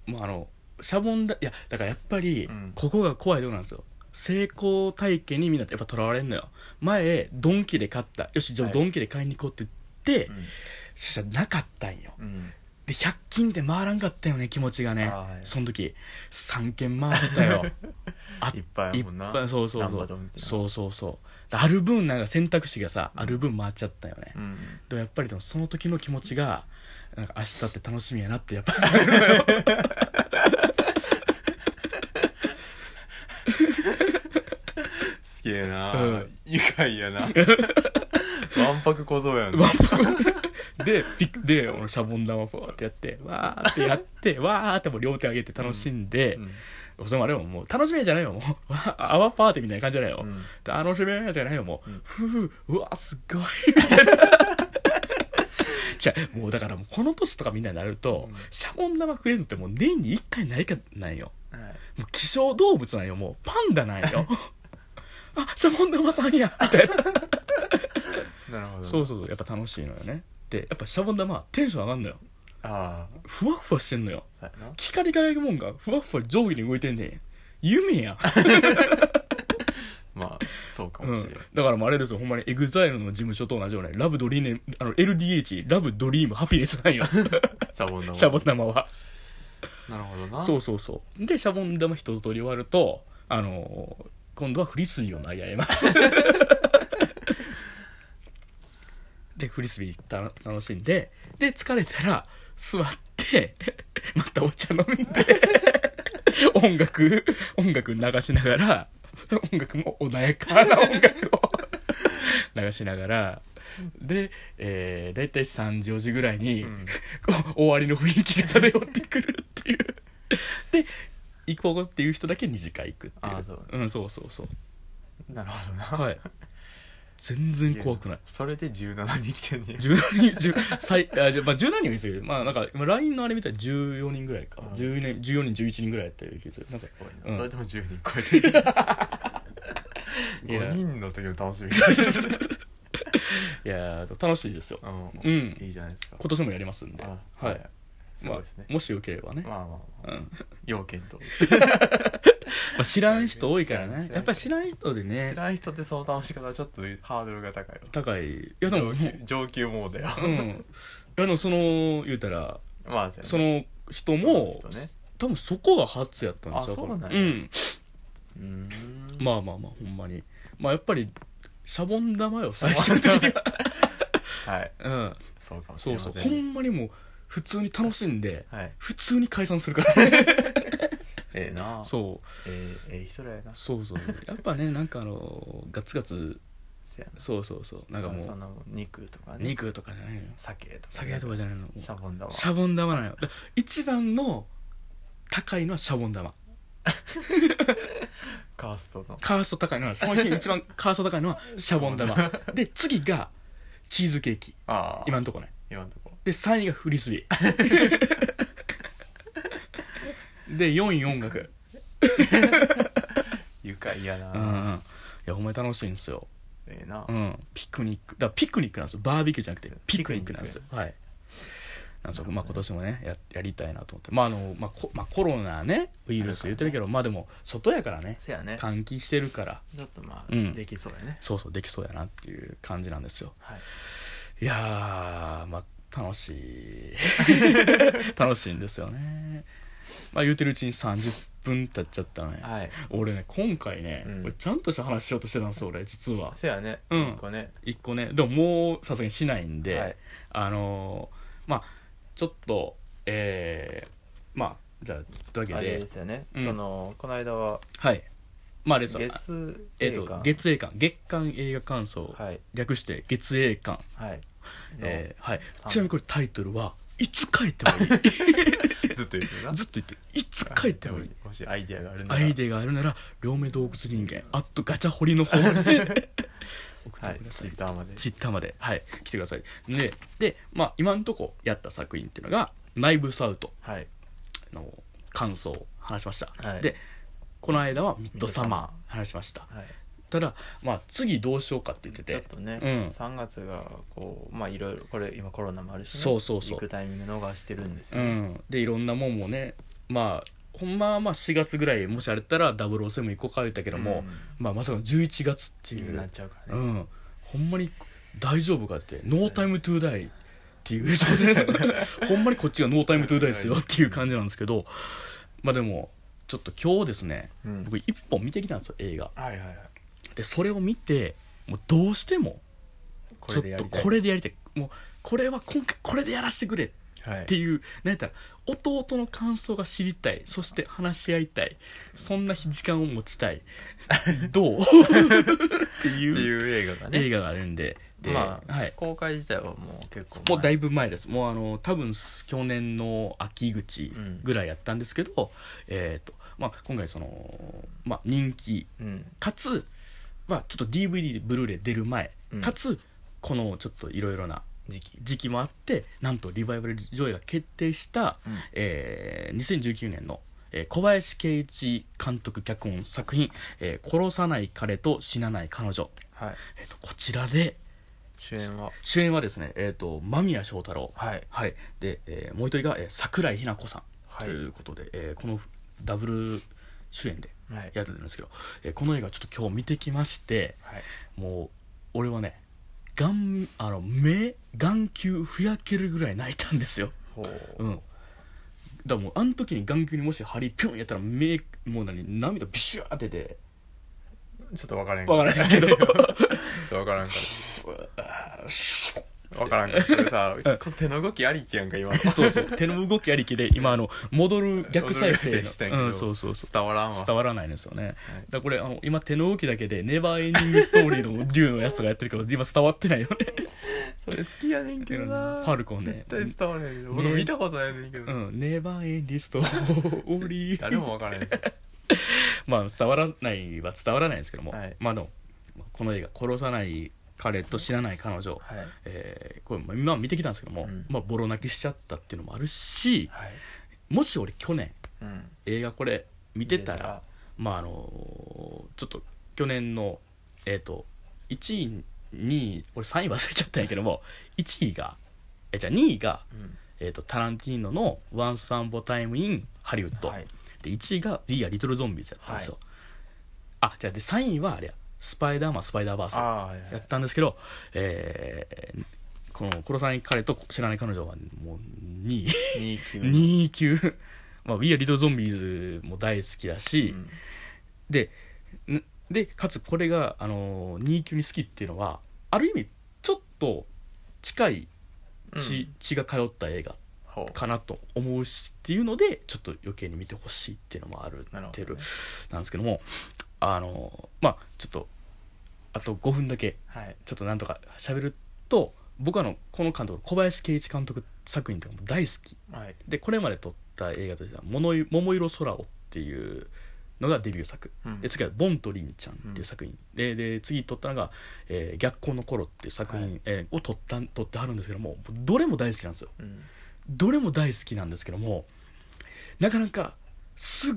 Speaker 1: もうあのシャボンだいやだからやっぱり
Speaker 2: うん
Speaker 1: ここが怖いとこなんですよ成功体験にみんなやっぱとらわれんのよ前ドンキで買ったよしじゃあ
Speaker 2: はい
Speaker 1: ドンキで買いに行こうって言って、そしたらなかったんよ
Speaker 2: うん
Speaker 1: で100均で回らんかったよね気持ちがね、
Speaker 2: あーはい
Speaker 1: その時3軒回ったよあ
Speaker 2: いっ ぱいあ
Speaker 1: い
Speaker 2: る
Speaker 1: っ
Speaker 2: もんな
Speaker 1: ぱいそうそう
Speaker 2: ナン
Speaker 1: そ
Speaker 2: バ
Speaker 1: う
Speaker 2: ドンってな
Speaker 1: そうそうそうである分なんか選択肢がさ、
Speaker 2: うん
Speaker 1: ある分回っちゃったよね、
Speaker 2: うん
Speaker 1: でもやっぱりでもその時の気持ちがなんか明日って楽しみやなってやっぱ
Speaker 2: すげえ
Speaker 1: う
Speaker 2: なん愉快 やなわんぱく小僧やな
Speaker 1: ワンパクでピクで俺シャボン玉をふわーってやってわーってやって わーってもう両手上げて楽しんで
Speaker 2: う、ん
Speaker 1: それもあれよもう楽しみじゃないよもう わー泡パーティーみたいな感じじゃないよ、
Speaker 2: うん
Speaker 1: 楽しめじゃないよもう、
Speaker 2: うん
Speaker 1: ふううわすごいみたいな じゃあもうだからもうこの年とかみんなになると、
Speaker 2: うん
Speaker 1: シャボン玉くれるのってもう年に1回ないかなんよ
Speaker 2: はい
Speaker 1: もう希少動物なんよもうパンダなんよ あシャボン玉さんやみたいな
Speaker 2: なるほど
Speaker 1: そうそうそうやっぱ楽しいのよねでやっぱシャボン玉はテンション上がんのよ
Speaker 2: あ
Speaker 1: ふわふわしてんのよ
Speaker 2: あそうやな
Speaker 1: 光り輝くもんがふわふわ上下に動いてんねん夢や
Speaker 2: まあそうか
Speaker 1: う
Speaker 2: もし
Speaker 1: ん
Speaker 2: れない、
Speaker 1: だからもうあれですよほんまにエグザイルの事務所と同じようなラブドリームあの LDH ラブドリームハピネスなんよ
Speaker 2: シャボン玉
Speaker 1: シャボン玉は
Speaker 2: なるほどな
Speaker 1: そうそうそうでシャボン玉一通り終わるとあの今度はフリスビーを投げ合います でフリスビーた楽しんでで疲れたら座ってまたお茶飲んで音楽音楽流しながら音楽も穏やかな音楽を流しながらで、えー、大体3時4時ぐらいに、
Speaker 2: うん
Speaker 1: こう終わりの雰囲気が漂ってくるっていうで行こうっていう人だけ2次会行くっていう
Speaker 2: あそう
Speaker 1: うん、そうそう そう
Speaker 2: なるほどな
Speaker 1: はい全然怖くない
Speaker 2: それで17人来てんねや
Speaker 1: 17人10最あじゃあまあ、17人はいいですけど、まあ、なんか今 LINE のあれ見たら14人ぐらいか
Speaker 2: うん
Speaker 1: 14人14人11人ぐらいやったような気がするなん か
Speaker 2: すごいな、
Speaker 1: うん
Speaker 2: それでも10人超えて る
Speaker 1: いや
Speaker 2: 5人の時の楽しみ
Speaker 1: いやー楽しいですよ
Speaker 2: う、
Speaker 1: うんん
Speaker 2: いいじゃないですか
Speaker 1: 今年もやりますんで
Speaker 2: あ
Speaker 1: はい、
Speaker 2: す
Speaker 1: ま
Speaker 2: ごい
Speaker 1: あ
Speaker 2: ですね、
Speaker 1: もしよければね、
Speaker 2: まあ、まあまあ、
Speaker 1: うん
Speaker 2: 要件と
Speaker 1: まあ、知らん人多いからね
Speaker 2: 知らん人
Speaker 1: やっぱり知らん人でね
Speaker 2: 知らん人ってその楽しみ方はちょっとハードルが高いわ
Speaker 1: 高いいやでも
Speaker 2: 上級上級モードよ、
Speaker 1: うんいやでもその言うたら
Speaker 2: まあそうやね
Speaker 1: その人も
Speaker 2: きっとね
Speaker 1: 多分そこが初やったんですよ
Speaker 2: あそうなんや
Speaker 1: ん
Speaker 2: うーん
Speaker 1: まあまあまあほんまにまあやっぱりシャボン玉よ最初的には
Speaker 2: はい
Speaker 1: うん
Speaker 2: そうかもし
Speaker 1: そ
Speaker 2: れ
Speaker 1: う
Speaker 2: ませ
Speaker 1: そ
Speaker 2: ん
Speaker 1: うほんまにもう普通に楽しんで
Speaker 2: はい
Speaker 1: 普通に解散するからね
Speaker 2: ええ な
Speaker 1: そう
Speaker 2: ええええ人らやな
Speaker 1: そうそうやっぱねなんかあのガツガツ
Speaker 2: せやな
Speaker 1: そうそうそうなんかも
Speaker 2: そうの肉とかね
Speaker 1: 肉とかじゃないのよ
Speaker 2: 酒とか
Speaker 1: 酒とかじゃないのもう
Speaker 2: シャボン玉
Speaker 1: シャボン玉なのよだ一番の高いのはシャボン玉
Speaker 2: カーストの
Speaker 1: カースト高いのはその日一番カースト高いのはシャボ ン玉で次がチーズケーキ
Speaker 2: ああ
Speaker 1: 今んとこね
Speaker 2: 今のとこ
Speaker 1: で3位がフリスビ ーで4位音楽
Speaker 2: 愉快やな、
Speaker 1: うんうんいやお前楽しいんですよ、
Speaker 2: ええな、
Speaker 1: うん、ピクニックだからピクニックなんですよバーベキューじゃなくてピクニックなんですよはいなんですよまあ今年もねややりたいなと思ってまああの、まあ、コまあコロナねウイルス言ってるけどまあでも外やからね
Speaker 2: せやね
Speaker 1: 換気してるから
Speaker 2: ちょっとまあ、
Speaker 1: うん
Speaker 2: できそうやね
Speaker 1: そうそうできそうやなっていう感じなんですよ
Speaker 2: はい
Speaker 1: いやーまあ楽しい楽しい んですよねまあ言うてるうちに30分経っちゃったね
Speaker 2: はい
Speaker 1: 俺ね今回ね、
Speaker 2: うん
Speaker 1: 俺ちゃんとした話しようとしてたんですよ俺実は
Speaker 2: せやね
Speaker 1: うん
Speaker 2: 一個ね
Speaker 1: 一個ねでももうさすがにしないんで、
Speaker 2: はい
Speaker 1: あのーまあちょっとえー、まあじゃあというわ
Speaker 2: あ
Speaker 1: け
Speaker 2: れ
Speaker 1: で
Speaker 2: ですよね、
Speaker 1: うん
Speaker 2: そのこの間は
Speaker 1: はいまああれですよ
Speaker 2: 月
Speaker 1: えっ、
Speaker 2: 映
Speaker 1: と
Speaker 2: 画
Speaker 1: 月映館月間映画感想、
Speaker 2: はい
Speaker 1: 略して月映館
Speaker 2: はい、
Speaker 1: えーはい、
Speaker 2: あ
Speaker 1: ちなみにこれタイトルは「いつ書いてもいい」
Speaker 2: のずっと言ってるな
Speaker 1: ずっと言ってる「いつ書いてもいい」
Speaker 2: もしアイディアがあるな
Speaker 1: ア
Speaker 2: ら
Speaker 1: イデアがあるなら「両目洞窟人間」あとガチャ掘りの方 で送っ
Speaker 2: は
Speaker 1: て
Speaker 2: い
Speaker 1: くださ
Speaker 2: ツ
Speaker 1: い、
Speaker 2: イッターまで
Speaker 1: ツイッターまで、はい、来てくださいでで、まあ、今んとこやった作品っていうのが「内部サウト
Speaker 2: はい」
Speaker 1: の感想を話しました、
Speaker 2: はい
Speaker 1: でこの間は「ミッドサマー」話しました
Speaker 2: はい
Speaker 1: ただ、まあ、次どうしようかって言って
Speaker 2: ちょってとね、
Speaker 1: うん
Speaker 2: 3月がこうまあいろいろこれ今コロナもあるし、ね、
Speaker 1: そうそうそう
Speaker 2: 行くタイミング逃してるんです
Speaker 1: う
Speaker 2: よ、
Speaker 1: ん、でいろんなもんもねまあほんまはまあ4月ぐらいもしあれたら007行こうか言ったけども、まあ、まさかの11月って
Speaker 2: うん
Speaker 1: い
Speaker 2: なっ
Speaker 1: う、
Speaker 2: ちゃうから
Speaker 1: う
Speaker 2: ね、
Speaker 1: ん、ほんまに大丈夫かって「ノータイムトゥーダイ」っていう 状態でほんまにこっちが「ノータイムトゥーダイ」ですよっていう感じなんですけどまあでもちょっと今日ですね
Speaker 2: うん
Speaker 1: 僕一本見てきたんですよ映画
Speaker 2: はいはいはい
Speaker 1: でそれを見てもうどうしても
Speaker 2: こ
Speaker 1: ちょっ
Speaker 2: れでや
Speaker 1: と
Speaker 2: りたい
Speaker 1: これでやりたいもうこれは今回これでやらせてくれ
Speaker 2: はい
Speaker 1: っていうなんやったら弟の感想が知りたいそして話し合いたいそんな時間を持ち たいどうって
Speaker 2: って
Speaker 1: いう
Speaker 2: いう映画がね
Speaker 1: 映画があるんでで、
Speaker 2: まあ、
Speaker 1: はい、
Speaker 2: 公開自体はもう結構前
Speaker 1: もうだいぶ前ですもうあの多分去年の秋口ぐらいやったんですけど、えっ、とまあ今回その、まあ、人気
Speaker 2: うん
Speaker 1: かつ、まあ、ちょっと DVD でブルーレイ出る前、
Speaker 2: うん
Speaker 1: かつこのちょっといろいろな
Speaker 2: 時期
Speaker 1: 時期もあってなんとリバイバル上映が決定した、
Speaker 2: うん
Speaker 1: えー2019年の、えー小林圭一監督脚本作品「えー殺さない彼と死なない彼女
Speaker 2: はい」
Speaker 1: えーとこちらで
Speaker 2: 主演は
Speaker 1: 主演はですね、えー、と間宮祥太朗、
Speaker 2: はい
Speaker 1: はいでえーもう一人が、えー桜井日奈子さん
Speaker 2: は
Speaker 1: と
Speaker 2: い
Speaker 1: いうことで、えーこのダブル主演で
Speaker 2: はい
Speaker 1: やってるんですけど、えーこの映画ちょっと今日見てきまして
Speaker 2: はい
Speaker 1: もう俺はね眼あの目眼球ふやけるぐらい泣いたんですよ
Speaker 2: ほ
Speaker 1: う
Speaker 2: うん
Speaker 1: だからもうあの時に眼球にもし針ピュンやったら目もう何涙ビシューって出て
Speaker 2: ちょっと分からへん
Speaker 1: わからへんけ ど
Speaker 2: ちょっと分からんか
Speaker 1: あーシュッ
Speaker 2: ら分からんからそれさこ手の動きありきやんか今の
Speaker 1: そうそう手の動きありきで今あの戻る逆再生
Speaker 2: したんやけ
Speaker 1: の、
Speaker 2: ど
Speaker 1: うん、そうそうそう
Speaker 2: 伝わらんわ
Speaker 1: 伝わらないんですよね、だからこれあの今手の動きだけでネバーエンディングストーリーの竜のやつがやってる から今伝わってないよね
Speaker 2: それ好きやねんけどな
Speaker 1: ファルコンね
Speaker 2: 絶対伝わらへんけど
Speaker 1: ね
Speaker 2: 僕見たことないねんけど、
Speaker 1: うんネバーエンディングストーリ
Speaker 2: 誰
Speaker 1: ー
Speaker 2: も分からへん
Speaker 1: まあ伝わらないは伝わらないんですけども、
Speaker 2: はい
Speaker 1: まあでもこの映画「殺さない彼と知らない彼女」
Speaker 2: はい
Speaker 1: えーこれまあ今見てきたんですけども、
Speaker 2: うん
Speaker 1: まあ、ボロ泣きしちゃったっていうのもあるし
Speaker 2: はい
Speaker 1: もし俺去年
Speaker 2: うん
Speaker 1: 映画これ見てたらまああのちょっと去年のえっ、と1位2位俺3位忘れちゃったんやけども1位がえじゃあ2位が、
Speaker 2: うん
Speaker 1: えー、とタランティーノの「ワンサンボタイム・イン・ハリウッド」
Speaker 2: はい
Speaker 1: で1位が「ビア・リトル・ゾンビーズ」やったんですよ、あじゃあで3位はあれや「スパイダーマン・スパイダーバース」
Speaker 2: ああはいは
Speaker 1: や
Speaker 2: い
Speaker 1: ったんですけど、えーこの殺さない彼と知らない彼女はもう2位
Speaker 2: 二級
Speaker 1: 2級 まあ「We Are Little Zombies」も大好きだし、
Speaker 2: うん
Speaker 1: でんでかつこれが、あのー、2級に好きっていうのはある意味ちょっと近い血,、
Speaker 2: うん
Speaker 1: 血が通った映画
Speaker 2: ほう
Speaker 1: かなと思うしっていうのでちょっと余計に見てほしいっていうのもある
Speaker 2: なるほ
Speaker 1: て
Speaker 2: ど
Speaker 1: る
Speaker 2: ね
Speaker 1: なんですけどもあのーまあちょっとあと5分だけ
Speaker 2: はい
Speaker 1: ちょっとなんとか喋ると僕はあのこの監督小林圭一監督作品とかも大好き
Speaker 2: はい
Speaker 1: でこれまで撮った映画としては「ものい桃色空を」っていうのがデビュー作
Speaker 2: うん
Speaker 1: で次は「ボンとリンちゃん」っていう作品、でで次撮ったのが「えー逆光の頃」っていう作品、
Speaker 2: はい
Speaker 1: えーを撮った撮ってはるんですけどもどれも大好きなんですよ
Speaker 2: うん
Speaker 1: どれも大好きなんですけどもなかなかす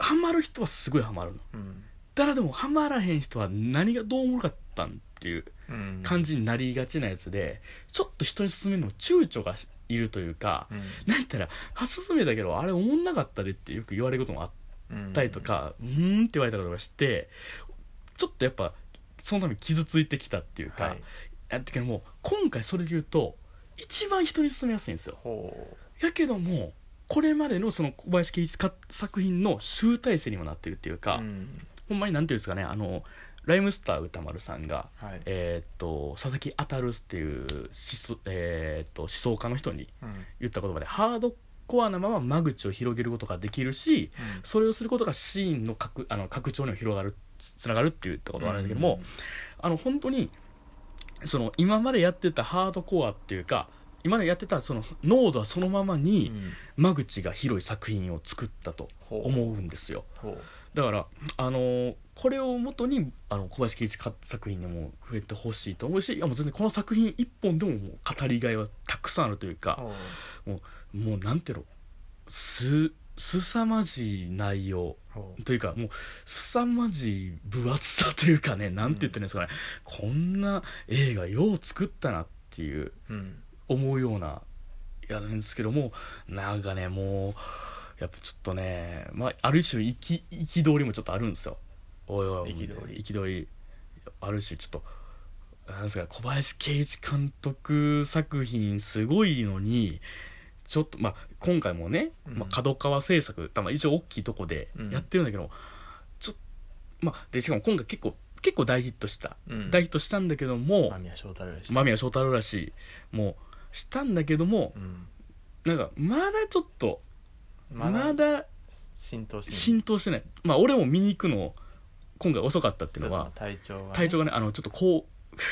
Speaker 1: ハマる人はすごいハマるの
Speaker 2: うん
Speaker 1: だからでもハマらへん人は何がどうおもろかったんっていう
Speaker 2: うん
Speaker 1: 感じになりがちなやつでちょっと人に勧めるのも躊躇がいるというか、
Speaker 2: うん
Speaker 1: なんやったら「はすすめだけどあれおもんなかったで」ってよく言われることもあっ
Speaker 2: うん
Speaker 1: たりとか「うーん」って言われたりとかしてちょっとやっぱそのために傷ついてきたっていうか、
Speaker 2: はい
Speaker 1: やってけどもう今回それで言うと一番人に勧めやすいんですよ
Speaker 2: ほ
Speaker 1: やけどもこれまでのその小林圭一か作品の集大成にもなってるっていう
Speaker 2: う
Speaker 1: か、
Speaker 2: うん
Speaker 1: ほんまになんていうんですかねあのライムスター歌丸さんが
Speaker 2: はい
Speaker 1: えーっと佐々木あたるっていう思想,、えーっと思想家の人に
Speaker 2: うんうん
Speaker 1: 言った言葉でハードコアなまま間口を広げることができるしそれをすることがシーンの拡あの拡張にも広がるつつながるって言ったことがあるんだけども、あの本当にその今までやってたハードコアっていうか今までやってたその濃度はそのまま
Speaker 2: う
Speaker 1: に
Speaker 2: ん
Speaker 1: 間口が広い作品を作ったと
Speaker 2: ほう
Speaker 1: 思うんですよ。
Speaker 2: ほう
Speaker 1: だから、あのーこれをもとにあの小林圭一か作品にも触れてほしいと思うしいやもう全然この作品一本でももう語りがいはたくさんあるというか、
Speaker 2: ほう
Speaker 1: もうなんていうのす凄まじい内容
Speaker 2: ほう
Speaker 1: というかもう凄まじい分厚さというかねなんて言ってるんですかね、こんな映画よう作ったなっていう
Speaker 2: うん
Speaker 1: 思うようなやなんですけどもなんかねもうやっぱちょっとね、まあ、ある種憤き憤りもちょっとあるんですよおいおい
Speaker 2: 憤り
Speaker 1: 憤りある種ちょっとなんですか小林圭一監督作品すごいのにちょっとまあ今回もね、
Speaker 2: うん
Speaker 1: まあ、角川制作、まあ、一応大きいとこでやってるんだけど、ちょっとまあでしかも今回結構結構大ヒットした、
Speaker 2: うん
Speaker 1: 大ヒットしたんだけども、
Speaker 2: 間宮祥太朗やし
Speaker 1: 間宮祥太朗らしいもうしたんだけども
Speaker 2: うん
Speaker 1: なんかまだちょっとま
Speaker 2: ま
Speaker 1: だ
Speaker 2: だ浸透して
Speaker 1: 浸透してない、まあ俺も見に行くの今回遅かったっていうのは
Speaker 2: 体調がね
Speaker 1: 体調がねあのちょっとこ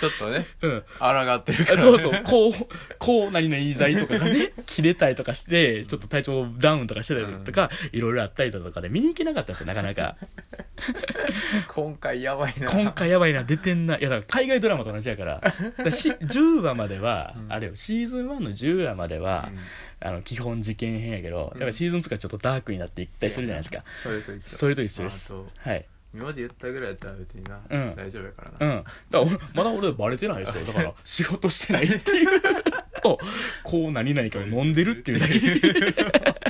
Speaker 2: ちょっとね
Speaker 1: う、 うん、
Speaker 2: 抗ってるからね
Speaker 1: そうそうこうこう何々剤とかが ね切れたりとかしてちょっと体調ダウンとかしてたりとか、いろいろあったりだとかで見に行けなかったんですよなかな か
Speaker 2: 今回やばいな
Speaker 1: 今回やばいな出てんないやだから海外ドラマと同じやからだからし10話までは、
Speaker 2: うん
Speaker 1: あれよシーズン1の10話までは、
Speaker 2: うん
Speaker 1: あの基本事件編やけど、
Speaker 2: うん
Speaker 1: やっぱシーズン2がちょっとダークになっていったりするじゃないですか、
Speaker 2: それと一緒
Speaker 1: それと一緒です
Speaker 2: あと
Speaker 1: はい
Speaker 2: 今まで言ったぐらいやったら別にな、
Speaker 1: うん
Speaker 2: 大丈夫やから
Speaker 1: う
Speaker 2: な、
Speaker 1: ん、だから俺まだ俺バレてないですよだから仕事してないっていう とこう何々かを飲んでるっていうだけで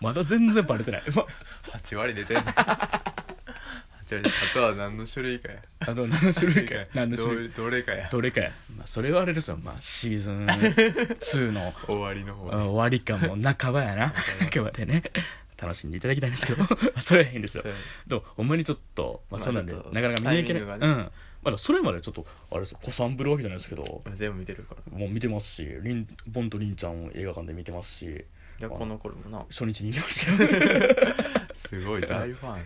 Speaker 1: まだ全然バレてない、ま、
Speaker 2: 八8割出てんの8割あとは何の種類かや
Speaker 1: あの何の種類か何の
Speaker 2: ど
Speaker 1: 種
Speaker 2: れ
Speaker 1: 類
Speaker 2: どれかや
Speaker 1: どれかやまあ、それ言われると、まあ、シーズン2の
Speaker 2: 終わりの方
Speaker 1: うん
Speaker 2: ね
Speaker 1: 終わりかも半ばやな半ばでね楽しんでいただきたいんですけどまあそれはいいんですよ
Speaker 2: そう
Speaker 1: でもほんまにちょっと、まあ、
Speaker 2: まあ
Speaker 1: そうなんで
Speaker 2: ちょっと
Speaker 1: なかなか見に行けない、
Speaker 2: タ
Speaker 1: う
Speaker 2: イミングがね
Speaker 1: んまだそれまでちょっとあれですよ子さんぶるわけじゃないですけど
Speaker 2: 全部見てるから
Speaker 1: もう見てますしりんボンとりんちゃんを映画館で見てますし
Speaker 2: 逆この頃もな
Speaker 1: 初日に行きました よ
Speaker 2: すごい大ファン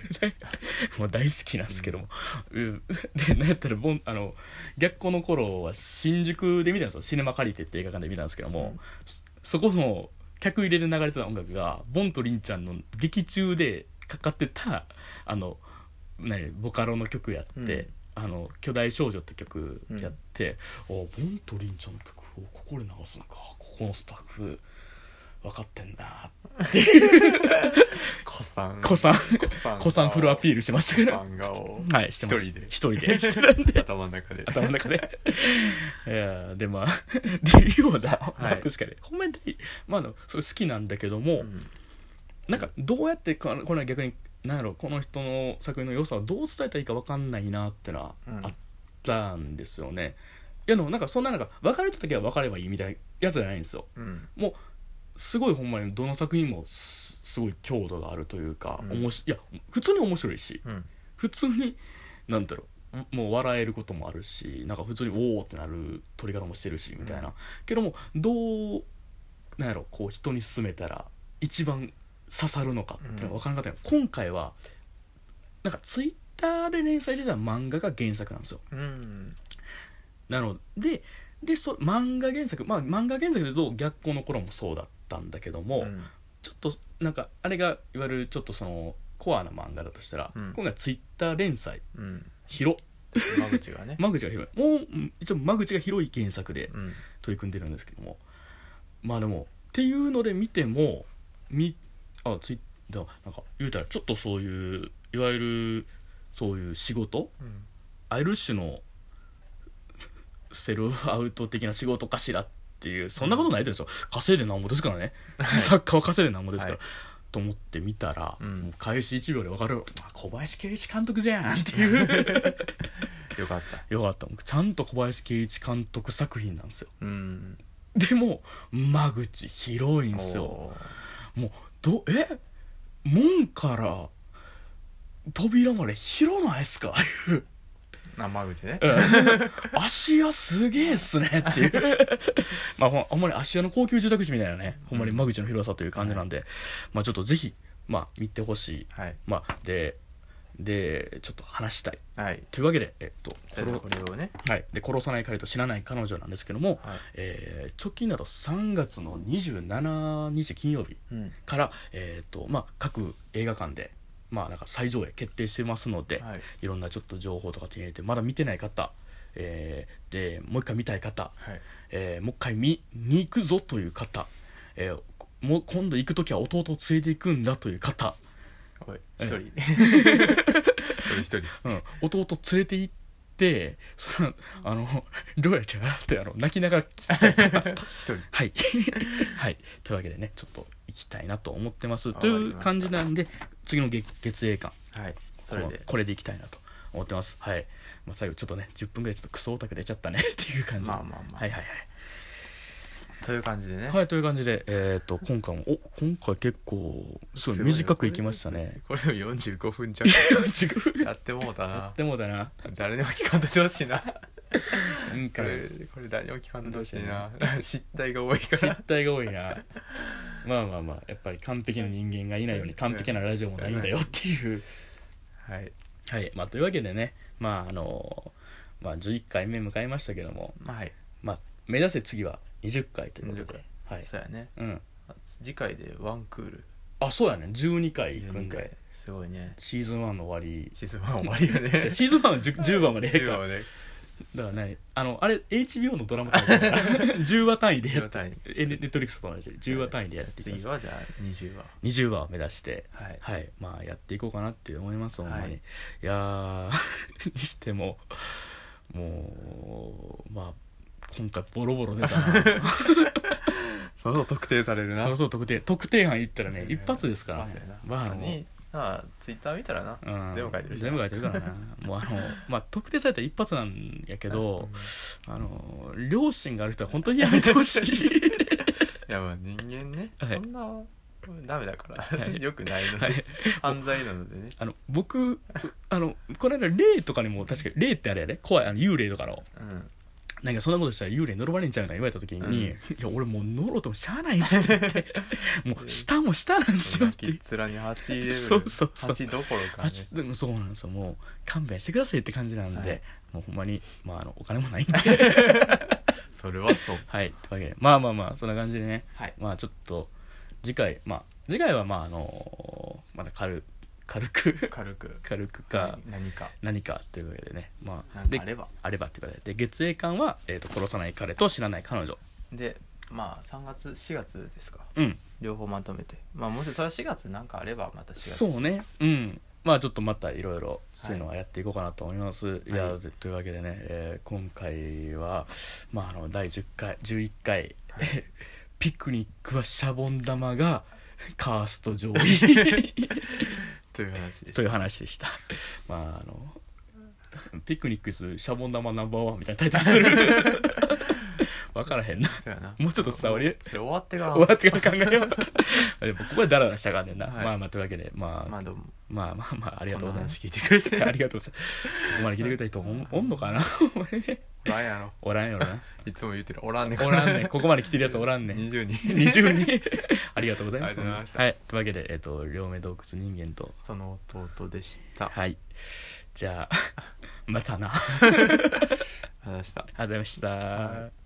Speaker 1: もう大好きなんですけども、うん、でなんやったらボンあの逆光の頃は新宿で見たんですよシネマ借りてって映画館で見たんですけども、
Speaker 2: うん
Speaker 1: そそこの客入れで流れてた音楽がボンとリンちゃんの劇中でかかってたあの何ボカロの曲やって、
Speaker 2: うん
Speaker 1: あの巨大少女って曲やって、おボンとリンちゃんの曲をここで流すのかここのスタッフ分かってんな
Speaker 2: 子さん
Speaker 1: 子さん
Speaker 2: さ
Speaker 1: 子さんフルアピ
Speaker 2: ー
Speaker 1: ールしてましたけど
Speaker 2: さん顔
Speaker 1: はい、してます。
Speaker 2: 一
Speaker 1: 一人で。してるんで、
Speaker 2: 頭の中で
Speaker 1: 頭の中で。いやーで、まあ、 で、ようだ、
Speaker 2: い
Speaker 1: なんですかね。ほんまに大、まああの、それ好きなんだけども、
Speaker 2: うん
Speaker 1: なんか、どうやってか、これは逆に、なんやろ、この人の作品の良さをどう伝えたらいいか分かんないなってのは
Speaker 2: うん
Speaker 1: あったんですよね。いや、でもなんか、そんななんか、分かれた時は分かればいいみたいなやつじゃないんですよ。
Speaker 2: うん
Speaker 1: すごいほんまにどの作品もすすごい強度があるというか、
Speaker 2: うん
Speaker 1: おもしいや普通に面白いし、
Speaker 2: うん
Speaker 1: 普通になんだろうもう笑えることもあるしなんか普通におおってなる撮り方もしてるしみたいな、
Speaker 2: うん
Speaker 1: けどもどうなんやろこう人に勧めたら一番刺さるのかっていうのが分からなかったけど、今回はなんかツイッターで連載してた漫画が原作なんですよ
Speaker 2: うん
Speaker 1: なのででそ漫画原作まあ漫画原作でどう逆光の頃もそうだったんだけども、
Speaker 2: うん
Speaker 1: ちょっとなんかあれがいわゆるちょっとそのコアな漫画だとしたら、
Speaker 2: うん
Speaker 1: 今回ツイッター連載
Speaker 2: うん
Speaker 1: 広っ
Speaker 2: 間口がね
Speaker 1: 間口が広いもううん一応間口が広い原作で
Speaker 2: うん
Speaker 1: 取り組んでるんですけどもまあでもっていうので見てもみあツイッターなんか言うたらちょっとそういういわゆるそういう仕事
Speaker 2: うん
Speaker 1: アイルッシュのセルフアウト的な仕事かしらっていうそんなことないですよ稼いでなんぼですからね、作家は稼いでなんぼですから、
Speaker 2: は
Speaker 1: と思ってみたら、
Speaker 2: うん
Speaker 1: もう開始1秒で分かるあ小林圭一監督じゃんっていう
Speaker 2: よかった
Speaker 1: よかったちゃんと小林圭一監督作品なんですよ
Speaker 2: うん
Speaker 1: でも間口広いんですよ
Speaker 2: おー
Speaker 1: どえ門から扉まで広ないっす かいう
Speaker 2: あ間口ね
Speaker 1: 芦屋すげえっすねっていう まあほんほんまに芦屋の高級住宅地みたいなねほんまに間口の広さという感じなんで、まあちょっとぜひまあ見てほしい
Speaker 2: はい
Speaker 1: まあででちょっと話したい
Speaker 2: はい
Speaker 1: というわけでえっと
Speaker 2: じゃあこれをね
Speaker 1: はい、で殺さない彼と死なない彼女なんですけども、
Speaker 2: はい
Speaker 1: えー直近だと3月の27日金曜日
Speaker 2: うん
Speaker 1: から、えーとまあ、各映画館で、まあ、なんか再上映決定してますので、
Speaker 2: はい
Speaker 1: い、ろんなちょっと情報とか手に入れてまだ見てない方、えーでもう一回見たい方、
Speaker 2: はい
Speaker 1: えーもう一回見に行くぞという方、えーこもう今度行く時は弟を連れて行くんだという方、
Speaker 2: おい
Speaker 1: え
Speaker 2: 一人一人一人
Speaker 1: うん、弟連れて行ってそのあのどうやっけなってあの泣きながら聞きたい方
Speaker 2: 一人
Speaker 1: はい、はい、というわけでねちょっと行きたいなと思ってます
Speaker 2: わ
Speaker 1: と
Speaker 2: かりま
Speaker 1: い
Speaker 2: し
Speaker 1: う
Speaker 2: た
Speaker 1: 感じなんで次の月月映館
Speaker 2: はいそれ
Speaker 1: この
Speaker 2: で
Speaker 1: これで行きたいなと思ってますはい、まあ、最後ちょっとね10分ぐらいちょっとクソオタク出ちゃったね っていう感じ、
Speaker 2: まあまあま
Speaker 1: はい
Speaker 2: あ
Speaker 1: はい
Speaker 2: という感じでね
Speaker 1: はい、はい、という感じで、えー、と今回もお今回結構すごい短く行きましたね
Speaker 2: これでも45分弱
Speaker 1: 違う
Speaker 2: やってもう たな
Speaker 1: でもだな
Speaker 2: 誰にも聞かんといてほしいな
Speaker 1: なん
Speaker 2: こ
Speaker 1: か
Speaker 2: れこれ誰にも聞かんといてほしいな失態が多いか
Speaker 1: 失
Speaker 2: ら
Speaker 1: 態が多いなまあまあまあやっぱり完璧な人間がいないように完璧なラジオもないんだよっていう
Speaker 2: はい
Speaker 1: はい、まあ、というわけでね、まああのまあ、11回目迎えましたけども、
Speaker 2: まあはい
Speaker 1: まあ、目指せ次は20回ということで、はい
Speaker 2: そうやね
Speaker 1: うん、
Speaker 2: 次回でワンクール
Speaker 1: あそうやね12回行くん
Speaker 2: 12回
Speaker 1: で
Speaker 2: すごいね
Speaker 1: シーズン1の終わ り
Speaker 2: シーズン1終わりやね
Speaker 1: じゃあシーズン1は 10, 10話までや
Speaker 2: 10
Speaker 1: か
Speaker 2: 話
Speaker 1: ら
Speaker 2: まで
Speaker 1: だから何あのあれ HBO のドラマとかだから 10話単位で
Speaker 2: 10
Speaker 1: や
Speaker 2: 話
Speaker 1: っ
Speaker 2: 単位
Speaker 1: えネットフリックスと同じで10話単位でやっていきま
Speaker 2: 次
Speaker 1: す
Speaker 2: はじゃあ20話
Speaker 1: 20話を目指して
Speaker 2: はい
Speaker 1: はいまあやっていこうかなって思いますほんまに、
Speaker 2: はい
Speaker 1: い、やー にしてももうまあ今回ボロボロ出た な
Speaker 2: そうそう特定されるな
Speaker 1: そうそう特定特定班行ったらね
Speaker 2: うん
Speaker 1: 一発ですからね
Speaker 2: そうやな
Speaker 1: まああの
Speaker 2: にああツイッター見たらな、
Speaker 1: うん、
Speaker 2: 全部書いてるし
Speaker 1: 全部書いてるからなもうあのまあ特定されたら一発なんやけど、あの両親がある人は本当にやめてほしい
Speaker 2: いやまあ人間ね、
Speaker 1: はい
Speaker 2: そんなダメだから、
Speaker 1: い
Speaker 2: よくないので、
Speaker 1: はい
Speaker 2: 犯罪なのでね、
Speaker 1: あの僕あのこの間霊とかにも確か霊ってあれやね怖いあの幽霊とかの
Speaker 2: うん、
Speaker 1: なんかそんなことしたら幽霊呪われんちゃうみたいな言われた時に、
Speaker 2: う
Speaker 1: い
Speaker 2: ん
Speaker 1: や俺もう呪うともしゃあないんですって言って もう舌も舌なんですよっ
Speaker 2: 泣
Speaker 1: て
Speaker 2: きっ面に8レベル
Speaker 1: そうそうそう
Speaker 2: 8どころ
Speaker 1: あ
Speaker 2: かね
Speaker 1: ちでもそうなんですよもう勘弁してくださいって感じなんで、
Speaker 2: はい
Speaker 1: もうほんまに、まあ、あのお金もないんで
Speaker 2: それはそう
Speaker 1: はいというわけでまあまあまあそんな感じでね
Speaker 2: はい
Speaker 1: まあちょっと次回まあ次回はまああのまだ軽軽く
Speaker 2: 軽く
Speaker 1: 軽くか
Speaker 2: 何か
Speaker 1: 何かというわけでねまあ
Speaker 2: なん
Speaker 1: で
Speaker 2: かあれば
Speaker 1: あればっていうかで月英館は、えーと「殺さない彼と知らない彼女
Speaker 2: でまあ3月4月ですか」
Speaker 1: うん
Speaker 2: 両方まとめてまあもしそれは4月なんかあればまた4月
Speaker 1: そうねうんまあちょっとまたいろいろそういうのはやっていこうかなと思います、い、や
Speaker 2: はい
Speaker 1: というわけでね、えー今回は、まあ、あの第10回11回、 ピクニックはシャボン玉がカースト上 位
Speaker 2: という話でし
Speaker 1: と
Speaker 2: た
Speaker 1: いう話で したまああのピクニックスシャボン玉ナンバーワンみたいなタイトルする わからへんな
Speaker 2: そうやな
Speaker 1: もうちょっと伝わり
Speaker 2: それ終わってから
Speaker 1: 終わってから考えようでもここはダラダラしたからねんな、
Speaker 2: はい
Speaker 1: まあまあというわけでまあ、
Speaker 2: まあどうも
Speaker 1: まあまあまあありが
Speaker 2: ことん
Speaker 1: う
Speaker 2: な
Speaker 1: ございます
Speaker 2: 話聞いてくれて
Speaker 1: ありがとうございます。ここまで聞いてくれた人お んおんのかな
Speaker 2: なんやろ
Speaker 1: おらんよ な。
Speaker 2: いつも言ってるおらんね
Speaker 1: おらんねん。ここまで来てるやつおらんねん。
Speaker 2: 20人
Speaker 1: 二重に。ありがとうございます。
Speaker 2: ありがとうございました
Speaker 1: はい。というわけで、えっ、と、両目洞窟人間と。
Speaker 2: その弟でしたありがと
Speaker 1: はい。じゃあ、またな。ありがと
Speaker 2: うございました
Speaker 1: うございました。
Speaker 2: はい